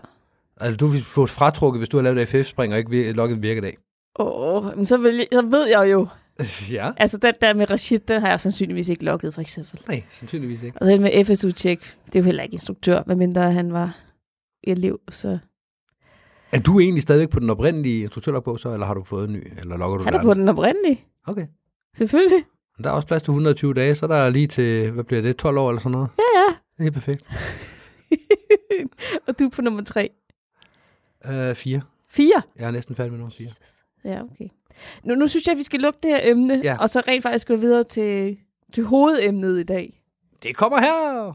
Altså, du ville få fratrukket, hvis du havde lavet FF-spring og ikke vir- logget en virkedag. Åh, men så, vil jeg, så ved jeg jo. ja. Altså, den der med Rashid, den har jeg sandsynligvis ikke logget, for eksempel. Nej, sandsynligvis ikke. Og den med FSU-tjek, det er jo heller ikke instruktør, medmindre han var elev, så Er du egentlig stadigvæk på den oprindelige instruktørlogbog så, eller har du fået en ny? Eller logger du han den er på anden? den oprindelige. Okay. Selvfølgelig. Men Der er også plads til 120 dage, så der er lige til, hvad bliver det, 12 år eller sådan noget? Ja, ja. Det er helt perfekt. og du er på nummer tre. Øh, fire. Fire. Jeg er næsten færdig med nummer fire. Ja, okay. Nu, nu synes jeg, at vi skal lukke det her emne, Ja. ja. og så rent faktisk gå videre til, til hovedemnet i dag. Det kommer her!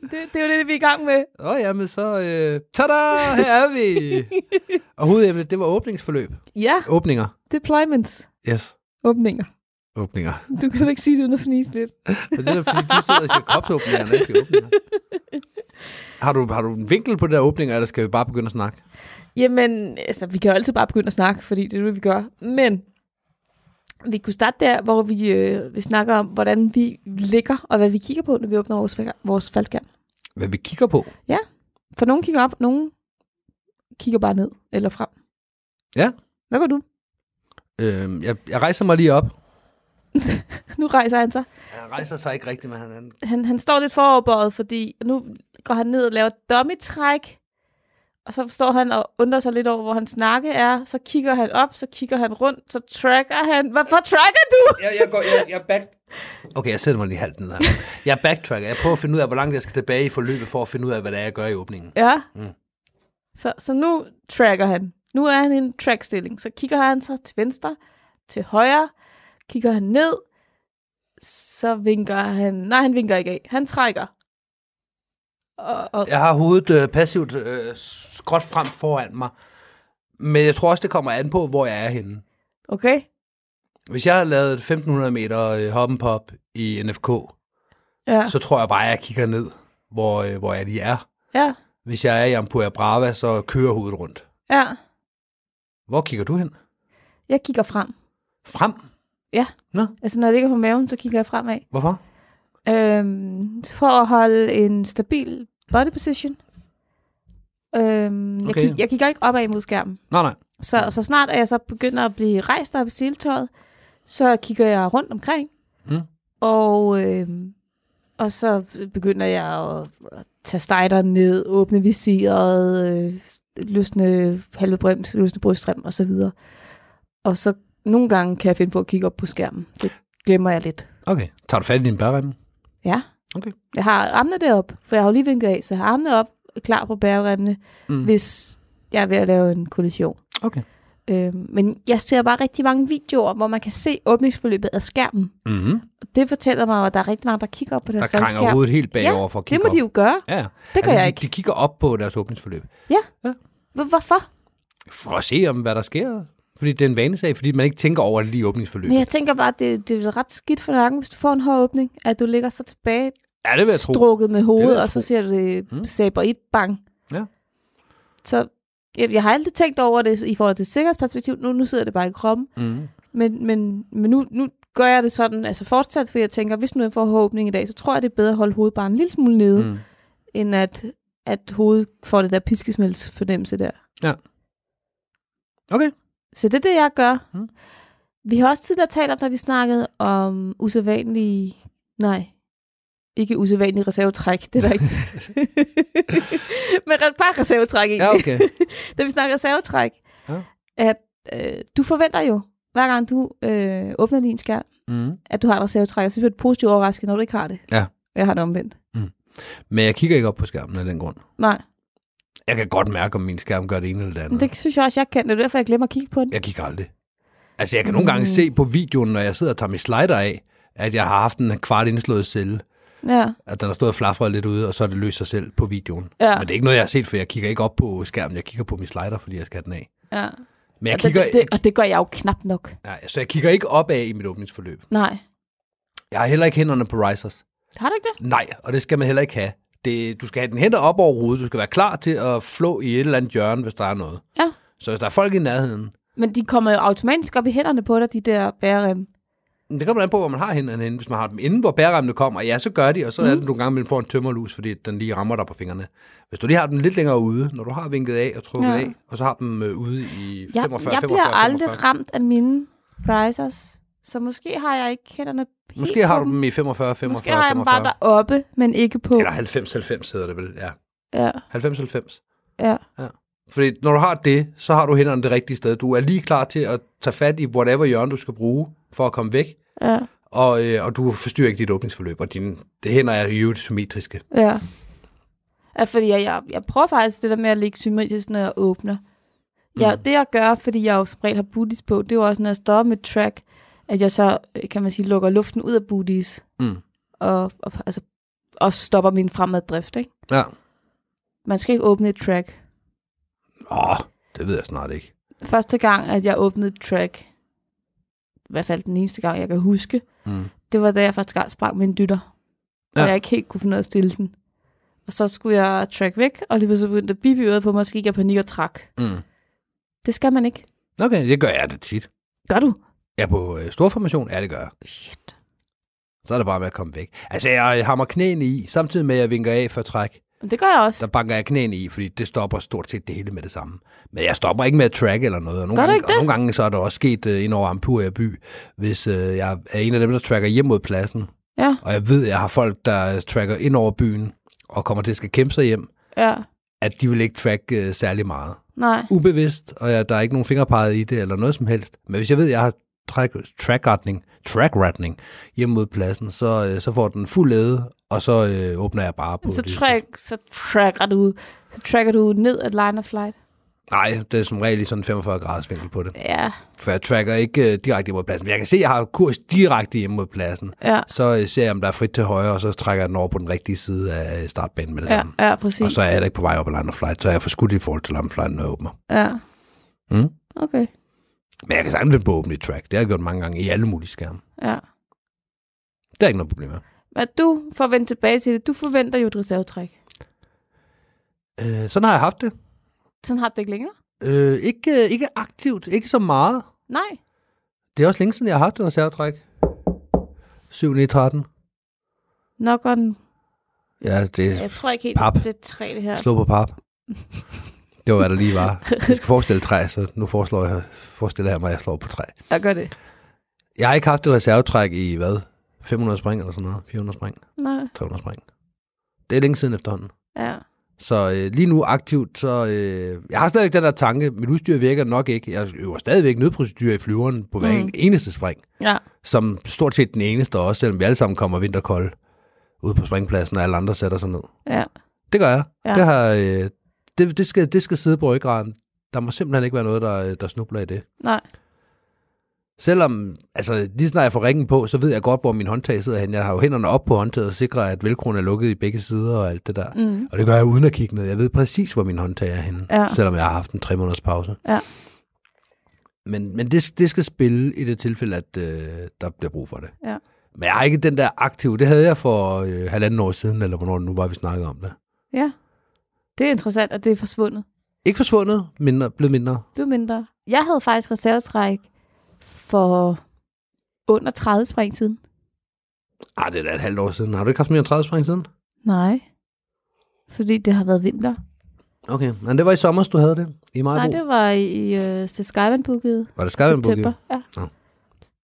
Det, det er jo det, vi er i gang med. Åh, jamen så, øh, tada, her er vi! og hovedemnet, det var åbningsforløb. Ja, Åbninger. deployments. Yes. Åbninger. Åbninger. Du kan da ikke sige det uden at fnise lidt. Så det er, fordi du sidder og siger kropsåbninger, og jeg siger åbninger. Har du, har du en vinkel på det der åbninger, eller skal vi bare begynde at snakke? Jamen, altså, vi kan jo altid bare begynde at snakke, fordi det er det, vi gør. Men vi kunne starte der, hvor vi, øh, vi snakker om, hvordan vi ligger, og hvad vi kigger på, når vi åbner vores, fal- vores faldskærm. Hvad vi kigger på. For nogen kigger op, nogen kigger bare ned eller frem. Ja. Hvad gør du? Øh, jeg, jeg rejser mig lige op. Nu rejser han sig. Han rejser sig ikke rigtigt med hinanden. Han, han står lidt foroverbøjet, fordi nu går han ned og laver et dummy-træk. Og så står han og undrer sig lidt over, hvor hans snakke er. Så kigger han op, så kigger han rundt, så tracker han. Hvorfor tracker du? Jeg, jeg, går, jeg, jeg back... Okay, jeg sætter mig lige halvt ned her. Jeg backtracker. Jeg prøver at finde ud af, hvor langt jeg skal tilbage i forløbet, for at finde ud af, hvad det er, jeg gør i åbningen. Ja. Mm. Mm. Så, så nu tracker han. Nu er han i en trackstilling. Så kigger han så til venstre, til højre, kigger han ned, så vinker han... Nej, han vinker ikke af. Han trækker. Og, og, Jeg har hovedet øh, passivt øh, skråt frem foran mig. Men jeg tror også, det kommer an på, hvor jeg er henne. okay? Hvis jeg har lavet et 1500 meter øh, hoppenpop i NFK, Ja. så tror jeg bare, at jeg kigger ned, hvor, øh, hvor jeg lige er. Ja. Hvis jeg er i Ampua Brava, så kører hovedet rundt. Ja. Hvor kigger du hen? Jeg kigger frem. Frem? Altså, når jeg ligger på maven, så kigger jeg fremad. Hvorfor? Øhm, for at holde en stabil body position. Øhm, okay. jeg, Okay. kig, jeg kigger ikke opad mod skærmen. Nej, nej. Så, så snart at jeg så begynder at blive rejst op i siltøjet, så kigger jeg rundt omkring. Mm. Og, øhm, og så begynder jeg at, at tage stejderen ned, åbne visiret, øh, løsne halve brems, løsne bryststrøm og så videre. Og så nogle gange kan jeg finde på at kigge op på skærmen. Det glemmer jeg lidt. Okay. Tager du fat i din bærremme? Ja. Okay. Jeg har armene deroppe, for jeg har jo lige vinket af, så jeg har armene op, klar på bæreremne, Mm. mm. hvis jeg er ved at lave en kollision. Okay. Øhm, men jeg ser bare rigtig mange videoer, hvor man kan se åbningsforløbet af skærmen. Mm-hmm. Og det fortæller mig jo, at der er rigtig mange, der kigger op på Der deres krænger skærm. hovedet helt bagover for at Det kigge må op. de jo gøre. Ja, ja. Det gør altså, jeg de, ikke. de kigger op på deres åbningsforløb. Hvor- Hvorfor? For at se, om hvad der sker. Fordi det er en vanesag, fordi man ikke tænker over det lige i åbningsforløbet. Men Ja, jeg tænker bare, at det, det er ret skidt for nakken, hvis du får en hård åbning, at du ligger så tilbage, ja det vil jeg tro. strukket med Det vil hovedet, jeg og så tro. ser du det Mm. mm. saber i et bang. Ja. Så jeg, jeg har aldrig tænkt over det i forhold til sikkerhedsperspektiv. Nu, nu sidder det bare i kroppen. Mm. Men, men, men nu, nu gør jeg det sådan, altså fortsat, for jeg tænker, hvis nu jeg får håbning i dag, så tror jeg, det er bedre at holde hovedet bare en lille smule nede, mm. Mm. end at, at hovedet får det der piskesmældsfornemmelse der. Okay. Så det er det, jeg gør. Mm. Mm. Vi har også tidligere talt om, da vi snakkede om usædvanlige... Nej, ikke usædvanlige reservetræk. Det er der ikke. Men re- bare reservetræk egentlig. Ja, okay. Da vi snakkede reservetræk, Ja. ja. at øh, du forventer jo, hver gang du øh, åbner din skærm, Mm. at du har et reservetræk. Jeg synes, det er positivt overrasket, når du ikke har det. Ja. Og jeg har det omvendt. Men jeg kigger ikke op på skærmen af den grund. Nej, Jeg kan godt mærke, om min skærm gør det ene eller det andet. men det synes jeg også, jeg kan. Det er derfor, jeg glemmer at kigge på den. Jeg kigger aldrig. Altså, jeg kan nogle gange Mm. se på videoen, når jeg sidder og tager min slider af, at jeg har haft en kvart indslået celle, Ja. at den har stået og flafret lidt ude, og så er det løst sig selv på videoen. Ja. Men det er ikke noget, jeg har set, for jeg kigger ikke op på skærmen. Jeg kigger på min slider, fordi jeg skal have den af. ja. Men jeg Og Altså, det, kigger, det, og det gør jeg jo knap nok. nej, så jeg kigger ikke opad i mit åbningsforløb. Nej. Jeg har heller ikke hænderne på risers. Har du ikke det? Nej, og det skal man heller ikke have. Det, du skal have den hænder op over hovedet. Du skal være klar til at flå i et eller andet hjørne, hvis der er noget. Ja. Så hvis der er folk i nærheden, Men de kommer jo automatisk op i hænderne på dig, de der bærerem. Men Det kommer an på, hvor man har hænderne henne. Hvis man har dem inden, hvor bærremmene kommer, ja, så gør de, og så Mhm. mm. er det nogle gange, man får en tømmerlus, fordi den lige rammer dig på fingrene. Hvis du lige har dem lidt længere ude, når du har vinket af og trukket ja. Ja. af, og så har dem øh, ude i 45, Jeg, 45, jeg bliver 45. aldrig ramt af mine risers, så måske har jeg ikke hænderne helt Måske på har du dem i 45, 45, Måske har jeg dem 45. bare deroppe, men ikke på. Eller 90, 90 hedder det vel, ja. Ja, 90, 90. ja. Fordi når du har det, så har du hænderne det rigtige sted. Du er lige klar til at tage fat i whatever hjørne, du skal bruge for at komme væk, Ja, og, øh, og du forstyrrer ikke dit åbningsforløb, og dine det hænder er jo symmetriske. ja. ja fordi jeg, jeg, jeg prøver faktisk det der med at ligge symmetrisk, når jeg åbner. Mm. Ja, det jeg gør, fordi jeg jo som regel har booties på, det er jo også, når jeg stopper med track, at jeg så, øh, kan man sige, lukker luften ud af booties, Mm. og, og, altså, og stopper min fremaddrift, ikke? Ja. Man skal ikke åbne et track. Åh, det ved jeg snart ikke. Første gang, at jeg åbnede et track, i hvert fald den eneste gang, jeg kan huske, Mm. det var da jeg første gang sprang med en dytter. Og Ja. ja. jeg ikke helt kunne finde ud af at stille den. Og så skulle jeg track væk, og lige pludselig begyndte at bibi øret på mig, og så gik jeg i panik og trak. Mm. Det skal man ikke. Okay, det gør jeg da tit. Gør du? Jeg er på øh, storformation, ja, det gør jeg. Shit. Så er det bare med at komme væk. Altså, jeg hammer knæene i, samtidig med, at jeg vinker af for træk. Men det gør jeg også. Der banker jeg knæene i, fordi det stopper stort set det hele med det samme. Men jeg stopper ikke med at track eller noget. Og nogle, Gør du gange, ikke det? og nogle gange så er der også sket øh, ind over Ampur by, hvis øh, jeg er en af dem, der tracker hjem mod pladsen, Ja, og jeg ved, at jeg har folk, der tracker ind over byen, og kommer til at skal kæmpe sig hjem, ja. at de vil ikke track øh, særlig meget. Nej. ubevidst, og jeg, der er ikke nogen fingerpeget i det eller noget som helst. Men hvis jeg ved, at jeg har track, trackretning, trackretning hjemme mod pladsen, så, øh, så får den fuld æde, og så øh, åbner jeg bare på Så det. track, så tracker du, så tracker du ned at line of flight. Nej, det er som regel i sådan 45 graders vinkel på det. Ja, For jeg tracker ikke øh, direkte mod pladsen. Men jeg kan se, at jeg har kurs direkte hjemme mod pladsen. ja, Så øh, ser jeg, om der er frit til højre, og så trækker jeg den over på den rigtige side af øh, startbanen med det ja, samme. ja, præcis. Og så er jeg heller ikke på vej op ad Line of Flight, så er jeg forskudt i forhold til Line of Flight, når jeg åbner. Ja. Mm. Okay, Men jeg kan sagtens finde på at åbne i track. Det har jeg gjort mange gange i alle mulige skærme. ja. Det er ikke noget problem med. Men du, for at vende tilbage til det, du forventer jo et reservetræk. Øh, sådan har jeg haft det. Sådan har du det ikke længere? Øh, ikke, øh, ikke aktivt, ikke så meget. Nej. Det er også længe siden, jeg har haft en reservetræk. 7 9, 13. Nok on. Ja, det Jeg er tror ikke helt, Pap. det er træ, det her. slå på pap. Det var, hvad der lige var. Jeg skal forestille træ, så nu foreslår jeg, forestiller jeg mig, at jeg slår på træ. Jeg gør det. Jeg har ikke haft et reservetræk i, hvad? 500 spring eller sådan noget? 400 spring? Nej. 300 spring? Det er længe siden efterhånden. Ja. Så øh, lige nu aktivt, så øh, jeg har stadigvæk den der tanke, mit udstyr virker nok ikke. Jeg øver stadigvæk nødprocedurer i flyveren på hver mm. Mm. eneste spring. Ja. som stort set den eneste også, selvom vi alle sammen kommer vinterkolde ude på springpladsen, og alle andre sætter sig ned. Ja. Det gør jeg. Ja. Ja. Det, har, øh, det, det, skal, det skal sidde på ryggraden. Der må simpelthen ikke være noget, der, øh, der snubler i det. Nej. Selvom, altså lige snart jeg får ringen på, så ved jeg godt, hvor min håndtag sidder hen. Jeg har jo hænderne op på håndtaget og sikrer, at velkronen er lukket i begge sider og alt det der. Mm. Mm. Og det gør jeg uden at kigge ned. Jeg ved præcis, hvor min håndtag er henne, ja. Ja. selvom jeg har haft en tre måneders pause. Ja. Men, men det, det skal spille i det tilfælde, at øh, der bliver brug for det. Ja. Men jeg har ikke den der aktive. Det havde jeg for øh, halvanden år siden, eller hvornår det nu var, vi snakkede om det. Ja. Det er interessant, at det er forsvundet. Ikke forsvundet, mindre, blevet mindre. Det er mindre. Jeg havde faktisk reservetræk for under 30 spring siden. Ej, det er da et halvt år siden. Har du ikke haft mere end 30 spring siden? Nej. Fordi det har været vinter. Okay, men det var i sommer, du havde det. i Majbo? Nej, det var i øh, til Skyvandbukket. Var det Skyvandbukket? Ja. Nå.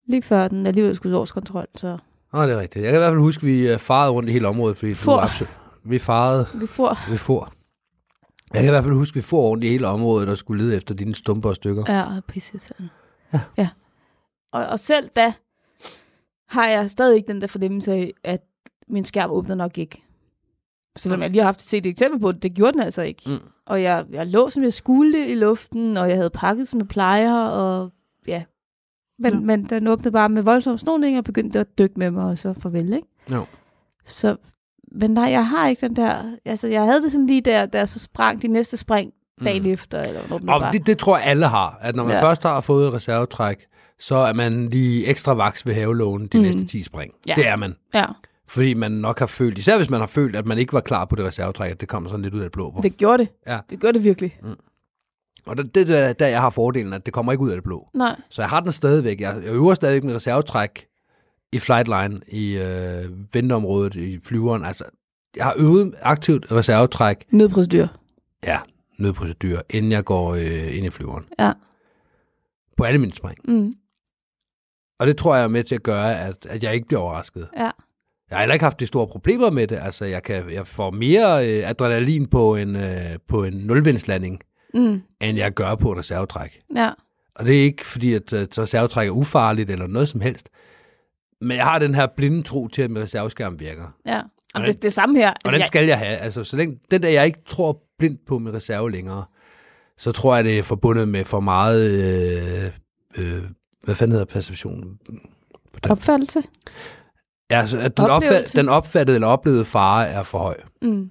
Lige før den alligevel skulle årskontrol, så Nå, det er rigtigt. Jeg kan i hvert fald huske, at vi øh, farede rundt i hele området, fordi For. for. vi farede vi får... ved for. Jeg kan i hvert fald huske, at vi for rundt i hele området og skulle lede efter dine stumper og stykker. Ja, og pisse sådan. Ja. ja. Og, og selv da har jeg stadig ikke den der fornemmelse af, at min skærm åbner nok ikke. Selvom jeg lige har haft et set et eksempel på det, det gjorde den altså ikke. Mm. Og jeg, jeg lå, som jeg skulle i luften, og jeg havde pakket, som jeg plejer, og ja. Men, ja. men den åbnede bare med voldsom snoning, og begyndte at dykke med mig, og så farvel, ikke? Jo. Så, men nej, jeg har ikke den der, altså jeg havde det sådan lige der, da jeg så sprang de næste spring dagen mm. efter, eller hvornår det nu Og var. det, det tror jeg alle har, at når man Ja. ja. først har fået et reservetræk, så er man lige ekstra vaks ved havelånen de Mm. mm. næste 10 spring. Ja. Det er man. Ja. Fordi man nok har følt, især hvis man har følt, at man ikke var klar på det reservetræk, at det kom sådan lidt ud af det blå. Hvor- Det gjorde det. Ja. Det gjorde det virkelig. Og det det er der, jeg har fordelen, at det kommer ikke ud af det blå. Nej. Så jeg har den stadigvæk. Jeg, jeg øver stadigvæk min reservetræk i flightline, i øh, venteområdet, i flyveren. Altså, jeg har øvet aktivt reservetræk Nødprocedur. Ja, nødprocedur, inden jeg går øh, ind i flyveren. Ja. På alle mine spring. Mm. Og det tror jeg er med til at gøre, at, at jeg ikke bliver overrasket. Ja. Jeg har heller ikke haft de store problemer med det. Altså, jeg, kan, jeg får mere øh, adrenalin på en, øh, på en nulvindslanding, Mm. end jeg gør på en reservetræk. Ja. Og det er ikke fordi, at øh, et reservetræk er ufarligt eller noget som helst. Men jeg har den her blinde tro til, at min reserveskærm virker. Ja. Og Hvordan- det, det er samme her. Og den jeg, skal jeg have. Altså, så længe, den der, jeg ikke tror blindt på min reserve længere, så tror jeg, det er forbundet med for meget... Øh, øh, hvad fanden hedder perception? opfattelse. Ja, altså, at den, opfat, Oplevelse. den opfattede eller oplevede fare er for høj. Mm.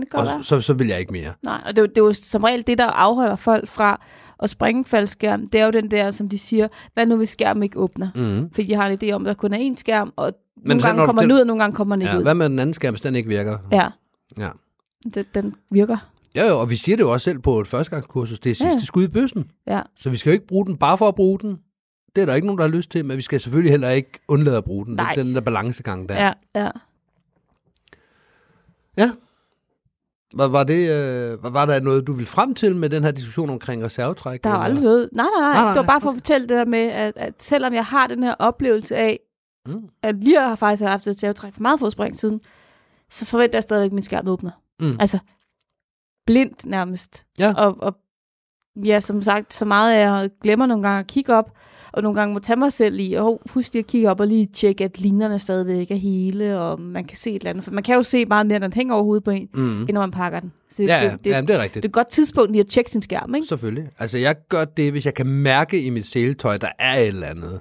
Det kan godt være. Og så, så vil jeg ikke mere. Nej, og det, er jo- det er jo som regel det, der afholder folk fra at springe faldskærm. Det er jo den der, som de siger, hvad nu hvis skærmen ikke åbner? Mm. Fordi de har en idé om, at der kun er én skærm, og Men Men nogle så gange når du kommer den den- ud, og nogle gange kommer den ikke Ja, ud. hvad med den anden skærm, hvis den ikke virker? Ja, Ja. det, den virker. Jo, jo, og vi siger det jo også selv på et førstegangskursus, det er sidste Ja. ja. skud i bøssen. Ja. Så vi skal jo ikke bruge den bare for at bruge den. Det er der ikke nogen, der har lyst til, men vi skal selvfølgelig heller ikke undlade at bruge den. Nej. Det er den der balancegang der. Ja, ja. Ja. Var, var, det, øh, var, var der noget, du ville frem til med den her diskussion omkring reservetræk? Der er jo eller? aldrig noget. Nej, nej, nej. Nej, nej, Det var nej. bare for at fortælle det her med, at, at selvom jeg har den her oplevelse af, mm. Mm. at lige har faktisk haft et tævetræk for meget fodspring siden, så forventer jeg stadigvæk, at min skærm åbner. Mm. Altså, blindt nærmest. Ja. Og, og ja, som sagt, så meget at jeg glemmer nogle gange at kigge op, og nogle gange må tage mig selv i, og husk lige at kigge op og lige tjekke, at linjerne stadigvæk er hele, og man kan se et eller andet. For man kan jo se meget mere, når den hænger over hovedet på en, mm. Mm. end når man pakker den. Så Ja, ja, det, det, jamen, det er rigtigt. det er et godt tidspunkt lige at tjekke sin skærm, ikke? Selvfølgelig. Altså, jeg gør det, hvis jeg kan mærke i mit seletøj, der er et eller andet.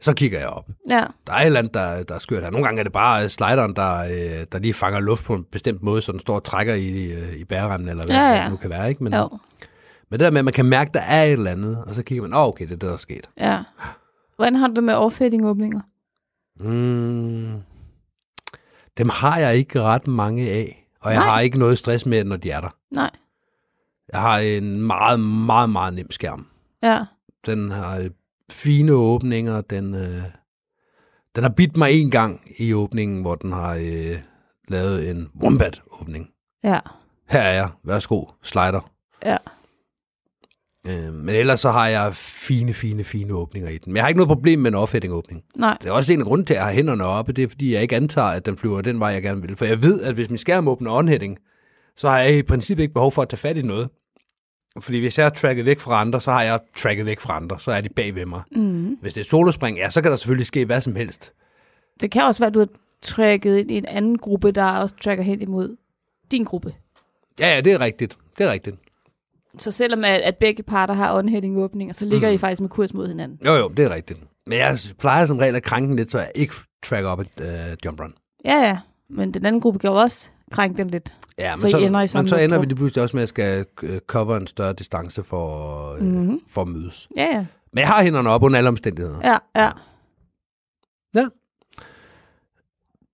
Så kigger jeg op. Ja, Der er et eller andet, der, der er skørt her. Nogle gange er det bare øh, slideren, der, øh, der lige fanger luft på en bestemt måde, så den står og trækker i, øh, i bæreremmen, eller hvad, Ja, ja, ja. ja. det nu kan være. Ikke? Men, jo, men det der med, at man kan mærke, der er et eller andet, og så kigger man, åh, oh, okay, det er det, der er sket. ja. Hvordan har du det med overfældingåbninger? Mm. Dem har jeg ikke ret mange af, og jeg Nej. har ikke noget stress med, når de er der. Nej, Jeg har en meget, meget, meget nem skærm. ja, Den har øh, fine åbninger. Den, øh, den har bidt mig en gang i åbningen, hvor den har øh, lavet en wombat-åbning. ja, Her er jeg. Værsgo, slider. ja. Øh, men ellers så har jeg fine, fine, fine åbninger i den. Men jeg har ikke noget problem med en offsetting-åbning. Nej, Det er også en af grunden til, at jeg har hænderne oppe. Det er, fordi jeg ikke antager, at den flyver den vej, jeg gerne vil. For jeg ved, at hvis min skærm åbner onheading, så har jeg i princippet ikke behov for at tage fat i noget. Fordi hvis jeg er tracket væk fra andre, så har jeg tracket væk fra andre. Så er de bag ved mig. mm. Hvis det er solospring, ja, så kan der selvfølgelig ske hvad som helst. det kan også være, at du har tracket ind i en anden gruppe, der også tracker hen imod din gruppe. Ja, ja, det er rigtigt. Det er rigtigt. Så selvom at, at begge parter har onheading åbninger, så ligger mm. I faktisk med kurs mod hinanden. Jo, jo, det er rigtigt. Men jeg plejer som regel at krænke den lidt, så jeg ikke tracker op et øh, jump run. Ja, ja, men den anden gruppe kan jo også krænke den lidt. Ja, men Så I ender i samme men så ender luftrum. vi lige pludselig også med, at jeg skal øh, cover en større distance for, øh, Mhm. mm-hmm. for at mødes. Ja, ja, Men jeg har hænderne op under alle omstændigheder. ja, ja. Ja.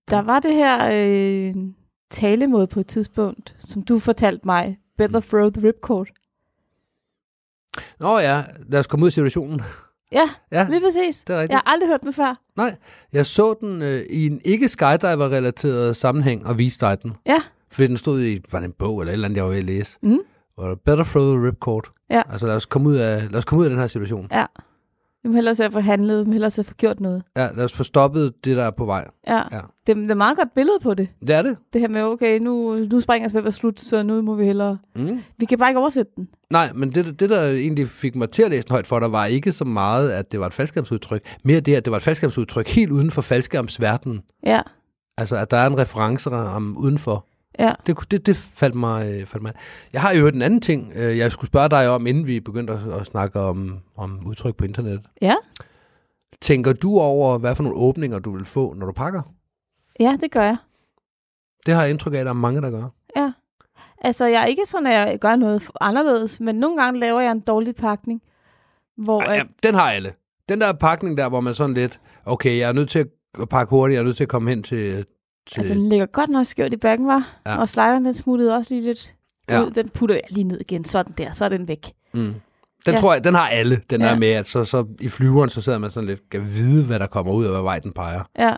Der var det her øh, talemåde på et tidspunkt, som du fortalte mig. Better throw the ripcord. Nå ja, lad os komme ud af situationen. Ja, Ja, lige præcis. det er rigtigt. Jeg har aldrig hørt den før. Nej, jeg så den øh, i en ikke skydiver-relateret sammenhæng og viste dig den. Ja. Fordi den stod i, var det en bog eller et eller andet, jeg var ved at læse. Mm. Or better throw the ripcord. Ja. Altså lad os, komme ud af, lad os komme ud af den her situation. Ja. Vi må hellere se at få handlet, vi må hellere se at få gjort noget. Ja, lad os få stoppet det, der er på vej. Ja. Ja. ja. Det, det, er meget godt billede på det. Det er det. Det her med, okay, nu, nu springer svøb slut, så nu må vi hellere... Mm. Vi kan bare ikke oversætte den. Nej, men det, det, der egentlig fik mig til at læse den højt for dig, var ikke så meget, at det var et faldskærmsudtryk. Mere det, at det var et faldskærmsudtryk helt uden for faldskærmsverdenen. Ja. Altså, at der er en reference om udenfor. Ja. Det, kunne- det, det faldt, mig, øh, faldt mig an. Jeg har jo hørt en anden ting, øh, jeg skulle spørge dig om, inden vi begyndte at, at snakke om, om udtryk på internettet. Ja. Tænker du over, hvad for nogle åbninger, du vil få, når du pakker? Ja, det gør jeg. Det har jeg indtryk af, at der er mange, der gør. Ja. Altså, jeg er ikke sådan, at jeg gør noget anderledes, men nogle gange laver jeg en dårlig pakning, hvor... Ej, ja, den har alle. Den der pakning der, hvor man sådan lidt, okay, jeg er nødt til at pakke hurtigt, jeg er nødt til at komme hen til... til Altså, den ligger godt nok skævt i bakken, var. Ja. Ja. Og slideren, den smuttede også lige lidt Ja. ja. ud. Den putter jeg lige ned igen. Sådan der, så er den væk. mm. Den Ja. tror jeg, den har alle, den ja. Ja. der med, at så, så i flyveren, så sidder man sådan lidt, kan vide, hvad der kommer ud, og hvad vej den peger. Ja,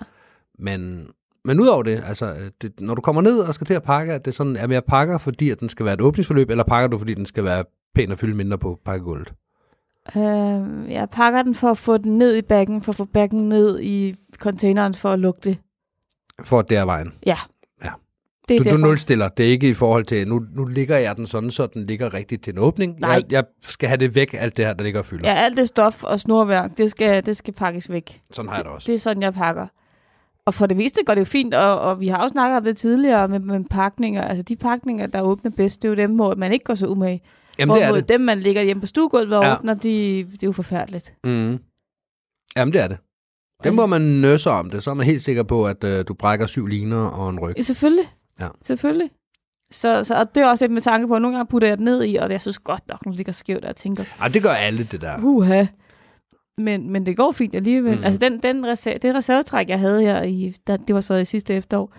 Men, men udover det, altså, øh, det, når du kommer ned og skal til at pakke, at det er sådan, at jeg pakker, fordi at den skal være et åbningsforløb, eller pakker du, fordi den skal være pæn og fylde mindre på pakkegulvet? øh, jeg pakker den for at få den ned i bakken, for at få bakken ned i containeren for at lukke det. For at det er vejen. Det er Du, du derfor. nulstiller. Det er ikke i forhold til, nu, nu ligger jeg den sådan, så den ligger rigtigt til en åbning. Nej. Jeg, jeg skal have det væk, alt det her, der ligger og fylder. Ja, alt det stof og snorværk, det skal, det skal pakkes væk. Sådan har jeg det også. Det er sådan, jeg pakker. Og for det meste går det jo fint, og, og vi har jo snakket om det tidligere med, med pakninger. Altså de pakninger, der åbner bedst, det er jo dem, hvor man ikke går så umage. Jamen, det er Hvorimod det. dem, man ligger hjemme på stuegulvet og Ja. ja. åbner, de, det er jo forfærdeligt. Mm. Jamen, det er det. Det Altså- må man nøsse om det, så er man helt sikker på, at øh, du brækker syv liner og en ryg. Ja, Selvfølgelig. Ja. Selvfølgelig. Så, så og det er også lidt med tanke på, at nogle gange putter jeg den ned i, og jeg synes godt nok, den ligger skævt, og jeg tænker, Ej, det gør alle, det der. huha. Men, men det går fint alligevel. Mm. Mm. Altså den, den reser- det reservetræk, jeg havde her, i, der, det var så i sidste efterår,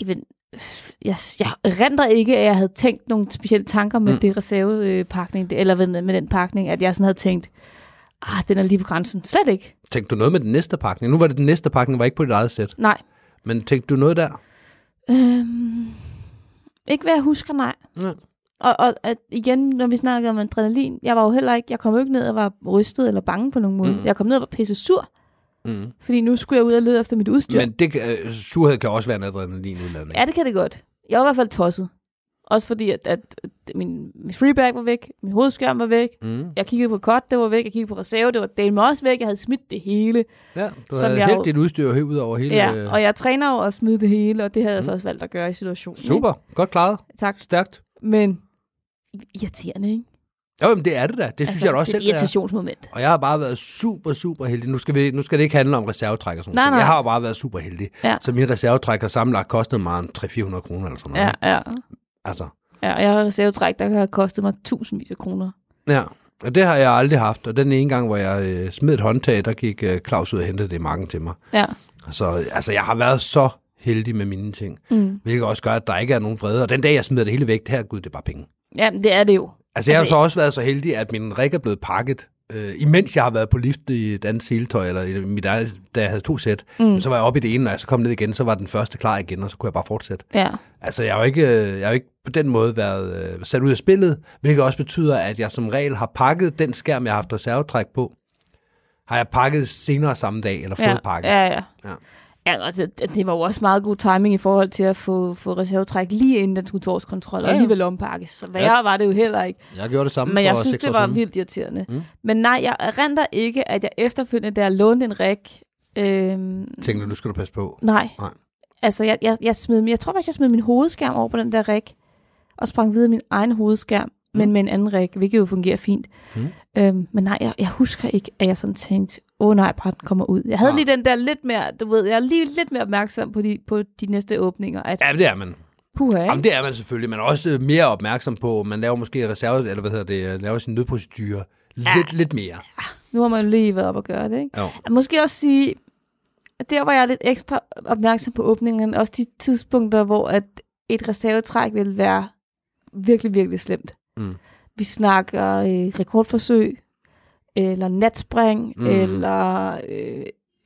Jamen, jeg, jeg render ikke, at jeg havde tænkt nogle specielle tanker med Mm. mm. det reservepakning, det- eller med, med den pakning, at jeg sådan havde tænkt, ah, den er lige på grænsen. Slet ikke. Tænkte du noget med den næste pakning? Nu var det den næste pakning, var ikke på dit eget sæt. Nej. Men tænkte du noget der? Øhm, ikke hvad jeg husker, nej. Ja. Og, og at igen, når vi snakkede om adrenalin, jeg var jo heller ikke, jeg kom jo ikke ned og var rystet eller bange på nogen måde. Mm. Mm. Jeg kom ned og var pisse sur, Mm. fordi nu skulle jeg ud og lede efter mit udstyr. Men det, kan- øh, surhed kan også være en adrenalinudladning. Ja, det kan det godt. Jeg var i hvert fald tosset. Også fordi, at, at min, min freebag var væk, min hovedskærm var væk, Mm. jeg kiggede på kort, det var væk, jeg kiggede på reserve, det var delme også væk, jeg havde smidt det hele. Ja, du Som havde jeg helt jo- dit udstyr helt ud over hele... Ja, øh, og jeg træner jo at smide det hele, og det havde jeg så Mm. også valgt at gøre i situationen. Super, godt klaret, Ikke? Tak. stærkt. Men irriterende, ikke? Jo, jamen, det er det da. Det synes jeg da også Altså, det selv, er et det er. irritationsmoment. Og jeg har bare været super, super heldig. Nu skal, vi, nu skal det ikke handle om reservetræk og sådan Nej, noget. nej. Jeg har jo bare været super heldig. Ja. Så mit reservetræk har samlet kostet mig en 300-400 kroner eller sådan noget. Ja, ja. Altså, ja og jeg har reservetræk, der har kostet mig tusindvis af kroner. ja. Og det har jeg aldrig haft. Og den ene gang, hvor jeg øh, smed et håndtag, der gik øh, Claus ud og hentede det i marken til mig. Ja. Så altså, jeg har været så heldig med mine ting. Mm. Hvilket også gør, at der ikke er nogen vrede. Og den dag, jeg smider det hele væk, det her, gud, det er bare penge. Ja, det er det jo. Altså, jeg har Altså, så også været så heldig, at min rig er blevet pakket, øh, imens jeg har været på lift i et andet seletøj, eller i mit eget, da jeg havde to sæt. Mm. Så var jeg oppe i det ene, og så kom ned igen, så var den første klar igen, og så kunne jeg bare fortsætte. Ja. Altså, jeg har jo ikke, øh, jeg har jo ikke på den måde været øh, sat ud af spillet, hvilket også betyder, at jeg som regel har pakket den skærm, jeg har haft reservetræk på, har jeg pakket senere samme dag, eller fået ja. pakket. Ja, ja. Ja. Ja, altså, det det var jo også meget god timing i forhold til at få, få reservetræk lige inden den skulle til årskontrol, Ja, ja, ja. ja. og alligevel ompakkes. Så hvad Ja. jeg var det jo heller ikke. Jeg gjorde det samme Men for jeg synes, seks det år var siden. vildt irriterende. Mm. Mm. Men nej, jeg erindrer ikke, at jeg efterfølgende, da jeg lånte en ræk... Øhm, Tænkte, nu skal du passe på. nej. Nej. Altså, jeg, jeg, jeg, smed, min- jeg tror faktisk, jeg smed min hovedskærm over på den der ræk, og sprang videre min egen hovedskærm, mm. men med en anden ræk, hvilket jo fungerer fint. Mm. Mm. Øhm, men nej, jeg, jeg husker ikke, at jeg sådan tænkte, åh oh, nej, bare den kommer ud. Jeg havde Nej. lige den der lidt mere, du ved, jeg er lige lidt mere opmærksom på de, på de næste åbninger, at Ja, det er man. puha, ikke? Jamen, det er man selvfølgelig. Man er også øh, mere opmærksom på, man laver måske reserve, eller hvad hedder det, øh, laver sin nødprocedure lidt, lidt mere. Nu har man jo lige været op og gøre det, ikke? Jo. Og Måske også sige, at der var jeg er lidt ekstra opmærksom på åbningerne, også de tidspunkter, hvor at et reservetræk ville være virkelig, virkelig slemt. Mm. Vi snakker øh, rekordforsøg, eller natspring, Mm. mm. eller øh,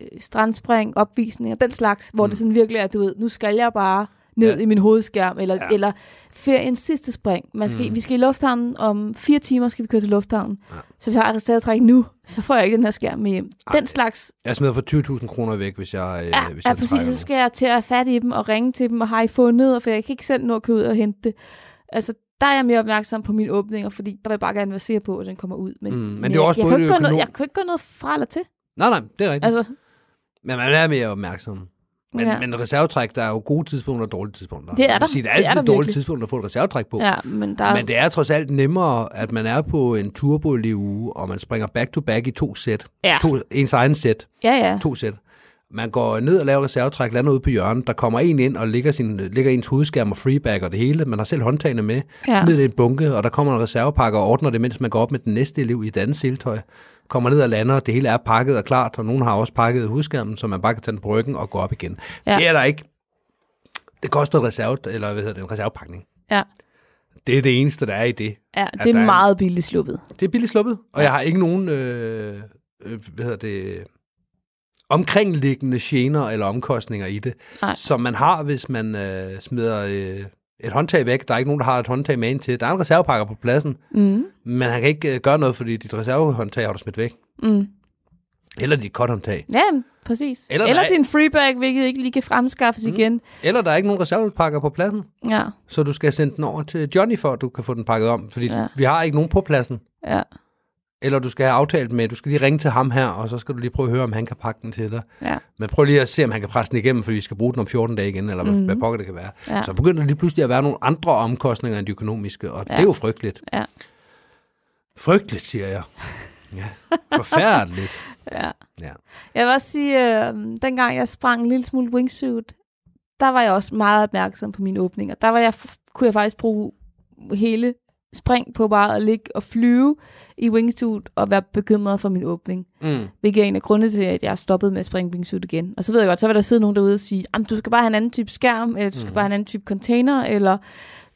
øh, strandspring, opvisninger, den slags, hvor Mm. mm. det sådan virkelig er, du ved, nu skal jeg bare, ned Ja. ja. i min hovedskærm, eller, Ja. ja. eller feriens sidste spring. Man skal, mm. Vi skal i lufthavnen, om fire timer skal vi køre til lufthavnen. Ja. Så hvis jeg har reservetræk nu, så får jeg ikke den her skærm med hjem. Den slags, Jeg smider for 20.000 kroner væk, hvis jeg, øh, ja, hvis ja jeg præcis, trækker så nu. skal jeg til at have fat i dem, og ringe til dem, og har I fundet, og for jeg kan ikke selv nå at køre ud og hente det. Altså, der er jeg mere opmærksom på mine åbninger, fordi der vil jeg bare gerne være sikker på, at den kommer ud. Men, Mm, men det er men jeg- også jeg, både kan det ikke gøre noget, økonom- jeg kan ikke gøre noget fra eller til. Nej, nej, det er rigtigt. Altså, Altså, men man er mere opmærksom. Men, ja. ja. men reservetræk, der er jo gode tidspunkter og dårlige tidspunkter. Det er Man der. kan Sige, der er Det er altid der dårlige virkelig. tidspunkter at få et reservetræk på. ja, men der Men det er trods alt nemmere, at man er på en turbo i uge, og man springer back-to-back i to sæt. Ja. To, ens egen sæt. ja, ja. To sæt. Man går ned og laver reservetræk, lander ude på hjørnet. Der kommer en ind og ligger, sin, ligger ens hovedskærm og freeback og det hele. Man har selv håndtagene med. Ja. Ja. Smider det i en bunke, og der kommer en reservepakke og ordner det, mens man går op med den næste elev i et andet siltøj. Kommer ned og lander, det hele er pakket og klart, og nogen har også pakket hovedskærmen, så man bare kan tage den på ryggen og gå op igen. Ja. Ja. Det er der ikke. Det koster en, reserve, eller hvad hedder det, en reservepakning. ja. Det er det eneste, der er i det. Ja, at det der er er en- meget billigt sluppet. Det er billigt sluppet, og jeg har ikke nogen, øh, øh, hvad hedder det, omkringliggende gener eller omkostninger i det, Nej. som man har, hvis man øh, smider øh, et håndtag væk. Der er ikke nogen, der har et håndtag med ind til. Der er en reservepakker på pladsen, Mm. men han kan ikke øh, gøre noget, fordi dit reservehåndtag har du smidt væk. Mm. Eller dit kothåndtag. Ja, præcis. Eller Eller, Eller nej. din freebag, hvilket ikke lige kan fremskaffes mm. igen. Eller der er ikke nogen reservepakker på pladsen, Ja, så du skal sende den over til Johnny, for at du kan få den pakket om, fordi ja. Ja. vi har ikke nogen på pladsen. ja, Eller du skal have aftalt med, du skal lige ringe til ham her, og så skal du lige prøve at høre, om han kan pakke den til dig. ja. Men prøv lige at se, om han kan presse den igennem, fordi vi skal bruge den om 14 dage igen, eller mm. hvad pokker det kan være. Ja. Mhm. Ja. Så begynder der lige pludselig at være nogle andre omkostninger end de økonomiske, og ja. det er jo frygteligt. Ja. Frygteligt, siger jeg. Ja. Forfærdeligt. ja. Ja. Jeg vil også sige, øh, dengang jeg sprang en lille smule wingsuit, der var jeg også meget opmærksom på mine åbninger. Der var jeg, kunne jeg faktisk bruge hele spring på bare at ligge og flyve i wingsuit og være bekymret for min åbning. Mm. Hvilket er en af grundene til, at jeg er stoppet med at springe wingsuit igen. Og så ved jeg godt, så vil der sidde nogen derude og sige, at du skal bare have en anden type skærm, eller Mhm. du skal bare have en anden type container, eller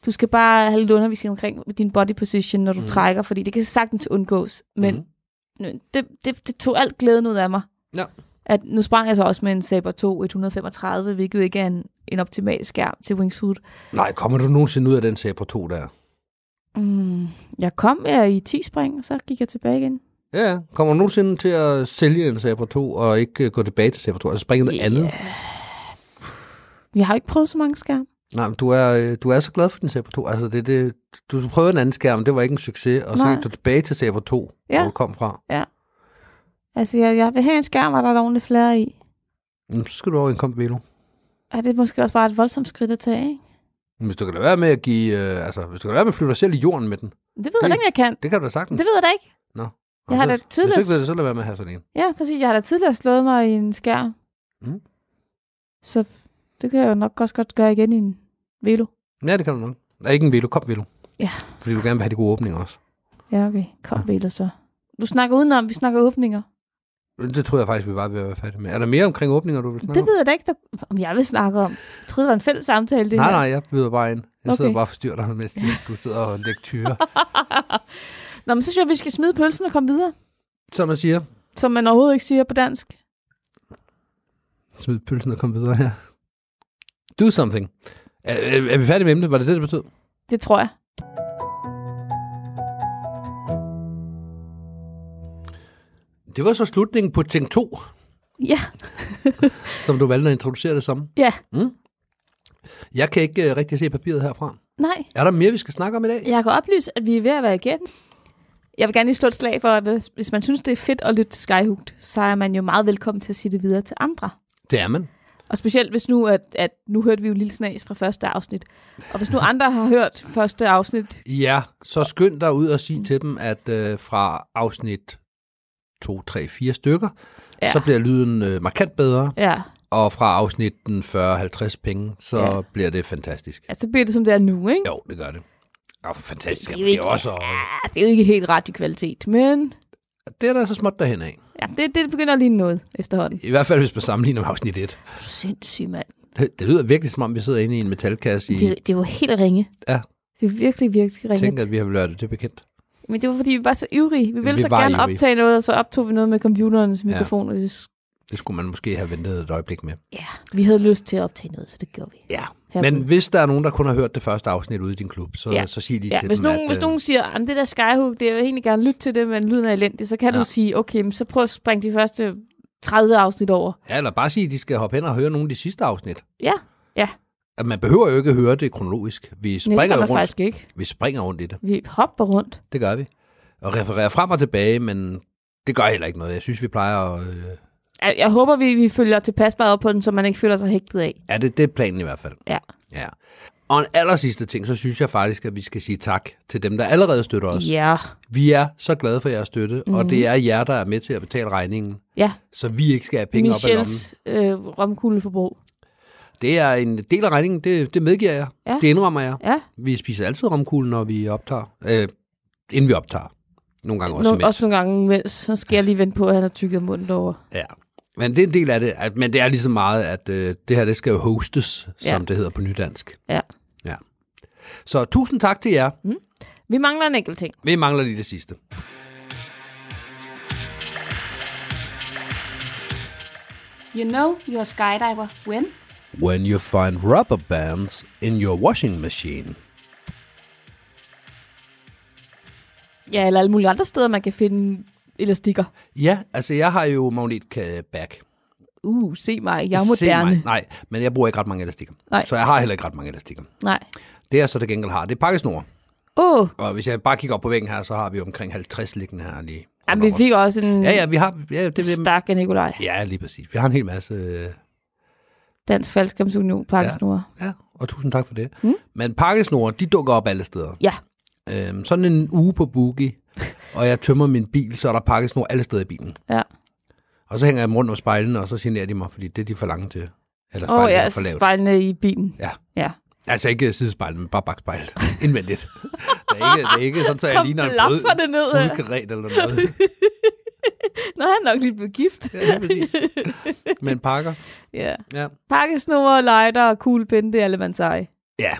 du skal bare have lidt undervisning omkring din body position, når du Mhm. mm. trækker, fordi det kan sagtens undgås. Men Mhm. mm. det, det, det tog alt glæden ud af mig. Ja. At nu sprang jeg så også med en Saber 2 135, hvilket jo ikke er en, en optimal skærm til wingsuit. Nej, kommer du nogensinde ud af den Sabre 2 der? Mm. Jeg kom jeg i 10 spring, og så gik jeg tilbage igen. Ja, ja. kommer du nogensinde til at sælge en Sabre 2 og ikke øh, gå tilbage til Sabre 2? Altså springe noget yeah. andet? Jeg har jo ikke prøvet så mange skærme. Nej, men du er, øh, du er så glad for din Sabre 2. Altså, det, det, du prøvede en anden skærm, det var ikke en succes, og Nej. så Nej. gik du tilbage til Sabre 2, ja. Ja. hvor du kom fra. Altså, jeg, jeg vil have en skærm, hvor der er ordentligt flere i. Jamen, så skal du over i en kombilo. Ja, det er måske også bare et voldsomt skridt at tage, ikke? Hvis du kan lade være med at give, øh, altså, hvis du kan lade være med at flytte dig selv i jorden med den, Det ved jeg da ikke, om jeg kan. det kan du da sagtens. Det ved jeg da ikke. Og jeg har så- da tidligere- Hvis du ikke ved det, så lad være med at have sådan en. Ja, præcis. Jeg har da tidligere slået mig i en skær. Mm. Så det kan jeg jo nok også godt gøre igen i en velo. Ja, det kan du nok. Er ikke en velo, kom velo. Ja. Fordi du gerne vil have de gode åbninger også. Ja, okay. Kom, velo så. Du snakker udenom, vi snakker åbninger. Det tror jeg faktisk, vi var ved at være færdige med. Er der mere omkring åbninger, du vil snakke Det ved jeg da ikke, der... om jeg vil snakke om. Jeg troede, det var en fælles samtale, det om? Nej, her. nej, jeg byder bare ind. Jeg okay. sidder Okay. bare og forstyrrer dig, mens du sidder og lektyrer. Nå, men så synes jeg, vi skal smide pølsen og komme videre. Som man siger, Som man overhovedet ikke siger på dansk. smid pølsen og kom videre her. Do something. Er, er, er vi færdige med emnet? Var det det, det betød? Det tror jeg. Det var så slutningen på ting 2. Ja, som du valgte at introducere det som. Ja. Mm. Jeg kan ikke uh, rigtig se papiret herfra. nej. Er der mere, vi skal snakke om i dag? Jeg kan oplyse, at vi er ved at være igennem. Jeg vil gerne lige slå et slag for, at hvis- hvis man synes, det er fedt at lytte til Skyhooked, så er man jo meget velkommen til at sige det videre til andre. Det er man. Og specielt hvis nu, at, at nu hørte vi jo Lille Snas fra første afsnit. Og hvis nu andre har hørt første afsnit, Ja, så skynd dig ud og sige til dem, at uh, fra afsnit 2, 3, 4 stykker, ja. Ja. så bliver lyden uh, markant bedre, ja, og fra afsnitten 40-50 penge, så ja. Ja. bliver det fantastisk. altså, så bliver det, som det er nu, ikke? Jo, det gør det. Ja, fantastisk. Det Det, er det, jo det, er ikke- også, Ja, det er jo ikke helt radiokvalitet, men det er der så småt derhen af. ja, det, det begynder at ligne noget efterhånden. I hvert fald, hvis man sammenligner med afsnit 1. Sindssygt, mand. Det, det lyder virkelig, som om vi sidder inde i en metalkasse i... Det, det er jo helt ringe. Ja. Det er virkelig, virkelig ringe. Tænk, at vi har været det, det bekendt. Men det var, fordi vi var så ivrige. Vi ville vi så var gerne ivrige. optage noget, og så optog vi noget med computerens mikrofon, og det Det skulle man måske have ventet et øjeblik med. Ja, vi havde lyst til at optage noget, så det gjorde vi. Ja. herpå. Men hvis der er nogen, der kun har hørt det første afsnit ude i din klub, så, ja. Ja. så sig lige Ja, til hvis, dem, nogen, at, hvis øh, nogen siger, at det der Skyhook, det jeg vil egentlig gerne lytte til det, men lyden er elendig, så kan Ja. du sige, okay, men så prøv at springe de første 30 afsnit over. Ja, eller bare sige, at de skal hoppe hen og høre nogle af de sidste afsnit. Ja, ja. At man behøver jo ikke at høre det kronologisk. Vi det springer gør jo man rundt. faktisk ikke. Vi springer rundt i det. Vi hopper rundt. Det gør vi. Og refererer frem og tilbage, men det gør heller ikke noget. Jeg synes, vi plejer at... Øh... Jeg, jeg håber, vi, vi følger tilpas meget op på den, så man ikke føler sig hægtet af. Ja, det, det er planen i hvert fald. Ja. ja. Og en aller sidste ting, så synes jeg faktisk, at vi skal sige tak til dem, der allerede støtter os. Ja. Mhm. Vi er så glade for jeres støtte, mm-hmm. og det er jer, der er med til at betale regningen, Ja, så vi ikke skal have penge op ad lommen. Michels øh, romkugleforbrug. Det er en del af regningen, det, det medgiver jeg. Ja. Det indrømmer jeg. Ja, Vi spiser altid romkuglen, når vi optager. Øh, inden vi optager. Nogle gange også også, imens. også nogle gange imens. Så skal jeg lige vente på, at han har tykket munden over. Ja. Men det er en del af det. At, men det er ligesom meget, at øh, det her det skal jo hostes, ja. Ja. som det hedder på nydansk. Ja. Ja. Så tusind tak til jer. Mm. Vi mangler en enkelt ting. Vi mangler lige det sidste. You know you're a skydiver when? When you find rubber bands in your washing machine. Ja, eller alle mulige andre steder, man kan finde elastikker. Ja, altså jeg har jo magnetkabag. Uh, se mig, jeg er Se moderne. mig. Nej, men jeg bruger ikke ret mange elastikker. Nej. Så jeg har heller ikke ret mange elastikker. Nej. Det jeg så til gengæld har, det er pakkesnor. Åh, oh, Og hvis jeg bare kigger op på væggen her, så har vi omkring 50 liggende her lige. rundt jamen, vi om os. fik også en Ja, ja, vi har... Ja, det, det, stak af Nikolaj. ja, lige præcis. Vi har en hel masse... øh, Dansk Falskamsunion pakkesnure. Ja, og tusind tak for det. Mm. Men pakkesnore, de dukker op alle steder. Ja. Øhm, sådan en uge på Boogie, og jeg tømmer min bil, så er der pakkesnore alle steder i bilen. ja. Og så hænger jeg dem rundt om spejlene, og så generer de mig, fordi det er de for lange til. Eller Åh, spejlene oh, er ja, for lavt. spejlene i bilen. Ja. Ja. Altså ikke sidespejlet, men bare bagspejlet. Indvendigt. det, er ikke, det er ikke sådan, så jeg Kom, ligner en blaffer brød, det ned. brudkaret eller noget. Nå, han er nok lige blevet gift. Ja, lige præcis. Men pakker, Ja. ja. Pakkesnore, lighter og kuglepinde, det er alle, man sej. Ja,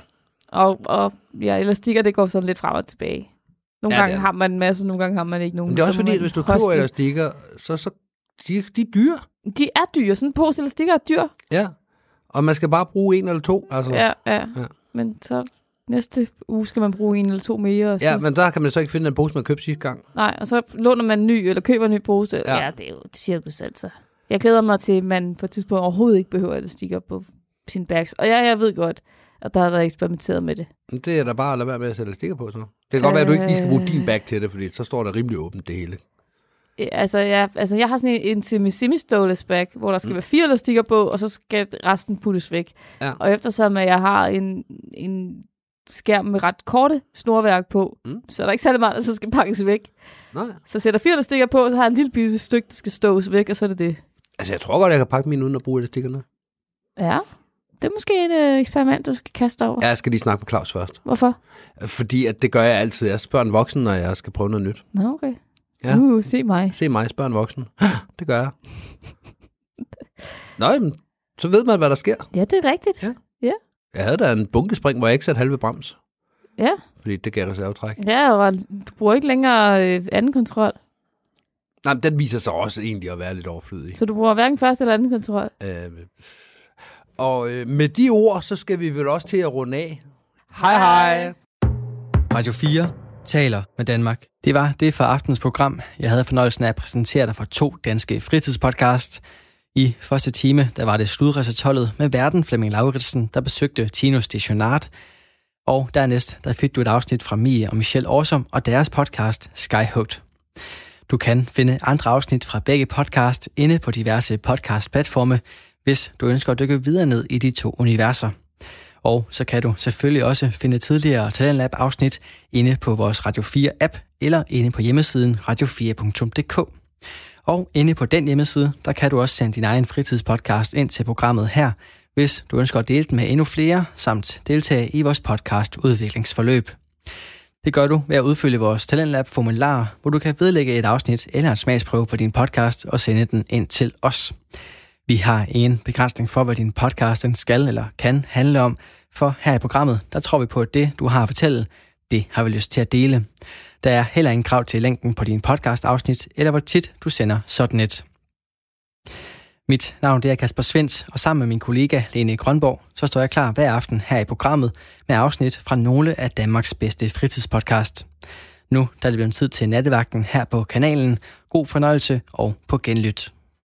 Og, og ja, elastikker, det går sådan lidt frem og tilbage. Nogle Ja, ja, det gange er har man en masse, nogle gange har man ikke nogen. men det er også Så må fordi, man at hvis du hoste. køber elastikker, så, så de, de er dyre. De er dyre. Sådan en pose elastikker er dyr. Ja, og man skal bare bruge en eller to. Altså. Ja, ja, Ja. ja. Men så næste uge skal man bruge en eller to mere. Og så, Ja, men der kan man så ikke finde den pose, man købte sidste gang. Nej, og så låner man en ny, eller køber en ny pose. Ja. Ja, ja det er jo et cirkus altså. Jeg glæder mig til, at man på et tidspunkt overhovedet ikke behøver elastikker på sin bags. Og ja, jeg ved godt, at der har været eksperimenteret med det. Men Det er da bare at lade være med at sætte stikker på, så. Det kan godt være, at du ikke lige skal bruge din bag til det, fordi så står der rimelig åbent det hele. Ja, Altså, jeg, altså, jeg har sådan en, en semi semi bag, hvor der skal mm. være fire elastikker på, og så skal resten puttes væk. Ja. Og eftersom at jeg har en, en skærm med ret korte snorværk på, Mm. mm. så er der ikke særlig meget, der så skal pakkes væk. Nej. Så sætter fire elastikker på, så har jeg en lille bitte stykke, der skal stås væk, og så er det det. Altså, jeg tror godt, jeg kan pakke mine uden at bruge elastikkerne. Ja, det er måske et øh, eksperiment, du skal kaste over. Ja, jeg skal lige snakke med Claus først. Hvorfor? Fordi at det gør jeg altid. Jeg spørger en voksen, når jeg skal prøve noget nyt. Nå, okay. Ja. Ja. Uh, se mig. Se mig, spørg en voksen. Det gør jeg. Nå, jamen, så ved man, hvad der sker. Ja, det er rigtigt. Ja. Ja, Jeg havde da en bunkespring, hvor jeg ikke satte halve brems. ja. Fordi det gav reservetræk. ja og du bruger ikke længere øh, anden kontrol. Nej, men den viser sig også egentlig at være lidt overflødig. Så du bruger hverken første eller anden kontrol. Øh, og øh, med de ord, så skal vi vel også til at runde af. Hej hej! Radio 4 taler med Danmark. Det var det for aftens program. Jeg havde fornøjelsen af at præsentere dig for to danske fritidspodcast. I første time, der var det sludresertollet med verden Flemming Lauritsen, der besøgte Tinos Stationart. Og dernæst, der fik du et afsnit fra Mie og Michelle Årsom og deres podcast Skyhugt. Du kan finde andre afsnit fra begge podcast inde på diverse podcastplatforme, hvis du ønsker at dykke videre ned i de to universer. Og så kan du selvfølgelig også finde tidligere Talentlab-afsnit inde på vores Radio 4-app eller inde på hjemmesiden radio4.dk. Og inde på den hjemmeside, der kan du også sende din egen fritidspodcast ind til programmet her, hvis du ønsker at dele den med endnu flere, samt deltage i vores podcast udviklingsforløb. Det gør du ved at udfylde vores Talentlab-formular, hvor du kan vedlægge et afsnit eller en smagsprøve på din podcast og sende den ind til os. Vi har ingen begrænsning for, hvad din podcast den skal eller kan handle om, for her i programmet, der tror vi på, at det, du har at fortælle, det har vi lyst til at dele. Der er heller ingen krav til længden på din podcast-afsnit, eller hvor tit du sender sådan et. Mit navn det er Kasper Svendt, og sammen med min kollega Lene Grønborg, så står jeg klar hver aften her i programmet med afsnit fra nogle af Danmarks bedste fritidspodcast. Nu der er det blevet tid til nattevagten her på kanalen. God fornøjelse og på genlyt.